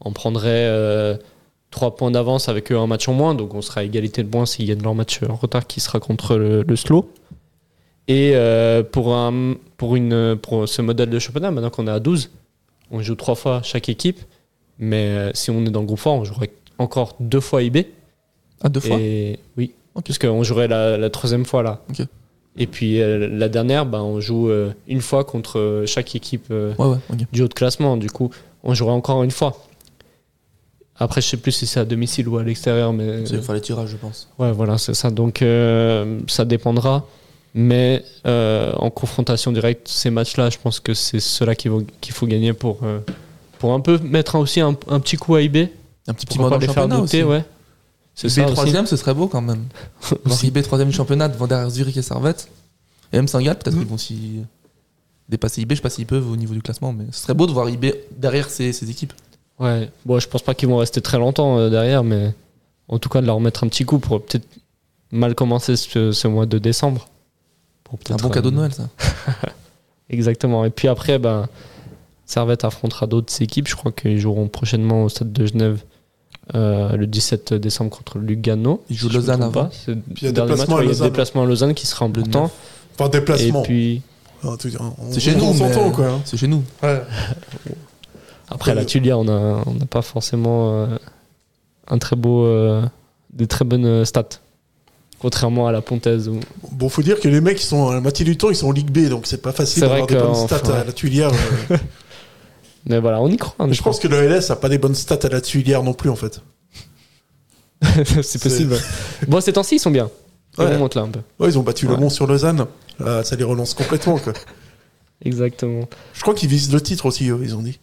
Speaker 5: On prendrait 3 points d'avance avec eux un match en moins, donc on sera à égalité de points s'ils gagnent leur match en retard qui sera contre le, le Slow. Et euh, pour, un, pour, une, pour ce modèle de championnat, maintenant qu'on est à 12, on joue trois fois chaque équipe. Mais euh, si on est dans le groupe fort, on jouerait encore deux fois IB.
Speaker 7: Ah, deux fois
Speaker 5: et oui,
Speaker 7: Ok.
Speaker 5: puisqu'on jouerait la, la troisième fois là.
Speaker 7: Ok.
Speaker 5: Et puis euh, la dernière, bah, on joue euh, une fois contre euh, chaque équipe euh,
Speaker 7: Ouais, ouais, ok.
Speaker 5: du haut de classement. Du coup, on jouerait encore une fois. Après, je sais plus si c'est à domicile ou à l'extérieur, mais
Speaker 7: C'est les tirages, je pense.
Speaker 5: ouais, voilà, c'est ça. Donc euh, ça dépendra. Mais euh, en confrontation directe, ces matchs-là, je pense que c'est ceux-là qu'il faut, qu'il faut gagner pour, euh, pour un peu mettre aussi un, un petit coup à IB.
Speaker 7: Un petit petit
Speaker 5: Pourquoi
Speaker 7: mot dans
Speaker 5: pas
Speaker 7: le
Speaker 5: les faire
Speaker 7: championnat
Speaker 5: douter,
Speaker 7: aussi.
Speaker 5: ouais. C'est ça
Speaker 7: IB
Speaker 5: aussi.
Speaker 7: 3 ce serait beau quand même. Voir IB 3 du championnat devant derrière Zurich et Servette. Et même Saint-Gall, peut-être qu'ils vont s'y dépasser IB. Je sais pas s'ils peuvent au niveau du classement, mais ce serait beau de voir IB derrière ces ces équipes.
Speaker 5: Ouais. Bon, je pense pas qu'ils vont rester très longtemps euh, derrière, mais en tout cas de leur mettre un petit coup pour peut-être mal commencer ce, ce mois de décembre. Pour
Speaker 7: C'est un
Speaker 5: peut-être,
Speaker 7: bon cadeau de
Speaker 5: euh,
Speaker 7: Noël, ça.
Speaker 5: Exactement. Et puis après, ben, Servette affrontera d'autres équipes. Je crois qu'ils joueront prochainement au stade de Genève euh, le 17 décembre contre Lugano.
Speaker 7: Ils jouent
Speaker 5: je me
Speaker 7: Lausanne
Speaker 5: trompe pas.
Speaker 7: avant.
Speaker 5: C'est le
Speaker 6: il y a
Speaker 5: dernier
Speaker 6: déplacement
Speaker 5: match, ouais, il y
Speaker 6: à
Speaker 5: a
Speaker 6: Lausanne.
Speaker 5: déplacement à Lausanne qui sera important.
Speaker 6: Enfin,
Speaker 5: Et
Speaker 6: déplacement.
Speaker 5: puis
Speaker 6: Enfin, tu- on-
Speaker 7: C'est chez
Speaker 6: on
Speaker 7: nous. mais-
Speaker 6: s'entend, quoi. hein.
Speaker 7: C'est chez nous.
Speaker 6: Ouais.
Speaker 5: Après la Tulia, on n'a on n'a pas forcément euh, un très beau, euh, des très bonnes euh, stats. Contrairement à la Pontaise. Où...
Speaker 6: Bon, faut dire que les mecs, ils sont à la moitié du temps, ils sont en Ligue B, donc c'est pas facile
Speaker 5: C'est
Speaker 6: d'avoir
Speaker 5: vrai
Speaker 6: des
Speaker 5: que,
Speaker 6: bonnes
Speaker 5: enfin,
Speaker 6: stats à la Tuilière. euh.
Speaker 5: Mais voilà, on y croit. on y
Speaker 6: je pense que le LS a pas des bonnes stats à la Tuilière non plus, en fait.
Speaker 5: croit. c'est possible. bon, ces temps-ci, ils sont bien. Ils
Speaker 6: Ouais.
Speaker 5: remontent là un peu.
Speaker 6: Ouais, ils ont battu
Speaker 5: Ouais.
Speaker 6: le Mont sur Lausanne. Là, ça les relance complètement, quoi.
Speaker 5: Exactement.
Speaker 6: Je crois qu'ils visent le titre aussi, eux, ils ont dit.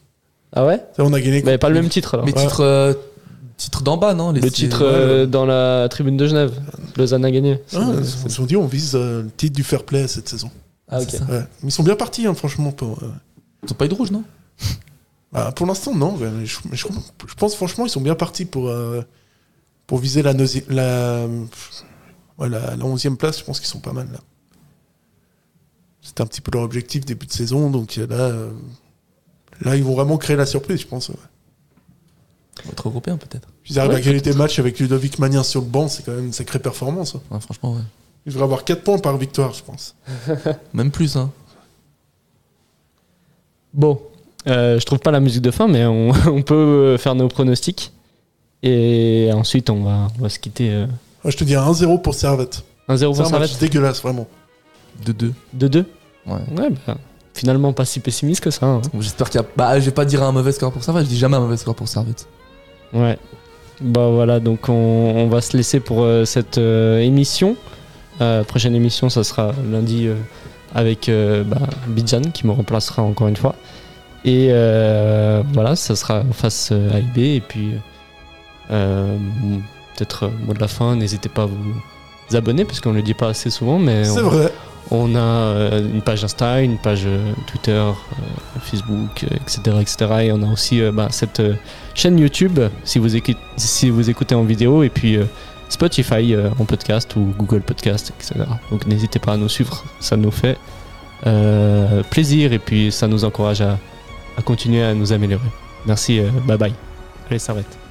Speaker 5: Ah ouais
Speaker 6: Ça, on a gagné.
Speaker 5: Mais pas le même titre alors.
Speaker 7: Mais
Speaker 6: Ouais.
Speaker 7: titre, euh, titre d'en bas, non les-
Speaker 5: Le
Speaker 7: c'est-
Speaker 5: titre euh, dans la tribune de Genève. Lausanne a gagné. C'est-
Speaker 6: Ah,
Speaker 5: c'est-
Speaker 6: ils ont dit on vise euh, le titre du fair play cette saison.
Speaker 5: ah, ok.
Speaker 7: c'est ça.
Speaker 6: Ouais. Ils sont bien partis, hein, franchement. pour, euh,
Speaker 7: Ils ont pas eu de rouge, non
Speaker 6: Bah, pour l'instant, non. mais Je, mais je- je pense franchement, ils sont bien partis pour, euh, pour viser la, neuzi- la, ouais, la, la 11e place. Je pense qu'ils sont pas mal là. C'était un petit peu leur objectif début de saison. Donc euh, là, euh, là, ils vont vraiment créer la surprise, je pense. ouais.
Speaker 7: Votre européen, peut-être.
Speaker 6: Ils arrivent
Speaker 5: Ouais,
Speaker 6: à gagner des matchs avec Ludovic Magnien sur le banc. C'est quand même une sacrée performance. hein.
Speaker 7: Ouais, franchement, ouais.
Speaker 6: Ils devraient avoir 4 points par victoire, je pense.
Speaker 7: Même plus, hein.
Speaker 5: Bon, euh, je trouve pas la musique de fin, mais on, on peut euh, faire nos pronostics. Et ensuite, on va, on va se quitter. euh,
Speaker 6: Ouais, je te dis un 1-0 pour Servette.
Speaker 5: 1-0
Speaker 6: C'est
Speaker 5: pour
Speaker 6: un match
Speaker 5: Servette
Speaker 6: dégueulasse, vraiment.
Speaker 7: De deux.
Speaker 5: 2-2
Speaker 7: Ouais.
Speaker 5: Ouais, bah, finalement, pas si pessimiste que ça. hein.
Speaker 7: J'espère qu'il y a. Bah, je vais pas dire un mauvais score pour Servette, je dis jamais un mauvais score pour Servette.
Speaker 5: Ouais. Bah voilà, donc on, on va se laisser pour euh, cette euh, émission. Euh, prochaine émission, ça sera lundi euh, avec euh, bah, Bijan qui me remplacera encore une fois. Et euh, voilà, ça sera face euh, à IB. Et puis, euh, peut-être euh, mot de la fin, n'hésitez pas à vous abonner parce qu'on ne le dit pas assez souvent. mais
Speaker 6: C'est
Speaker 5: on-
Speaker 6: vrai.
Speaker 5: on a euh, une page Insta, une page euh, Twitter, euh, Facebook, euh, etc., etc. Et on a aussi euh, bah, cette euh, chaîne YouTube si vous, écoutez, si vous écoutez en vidéo et puis euh, Spotify euh, en podcast ou Google Podcast, etc. Donc n'hésitez pas à nous suivre, ça nous fait euh, plaisir et puis ça nous encourage à, à continuer à nous améliorer. Merci, euh, bye bye. Allez, s'arrête.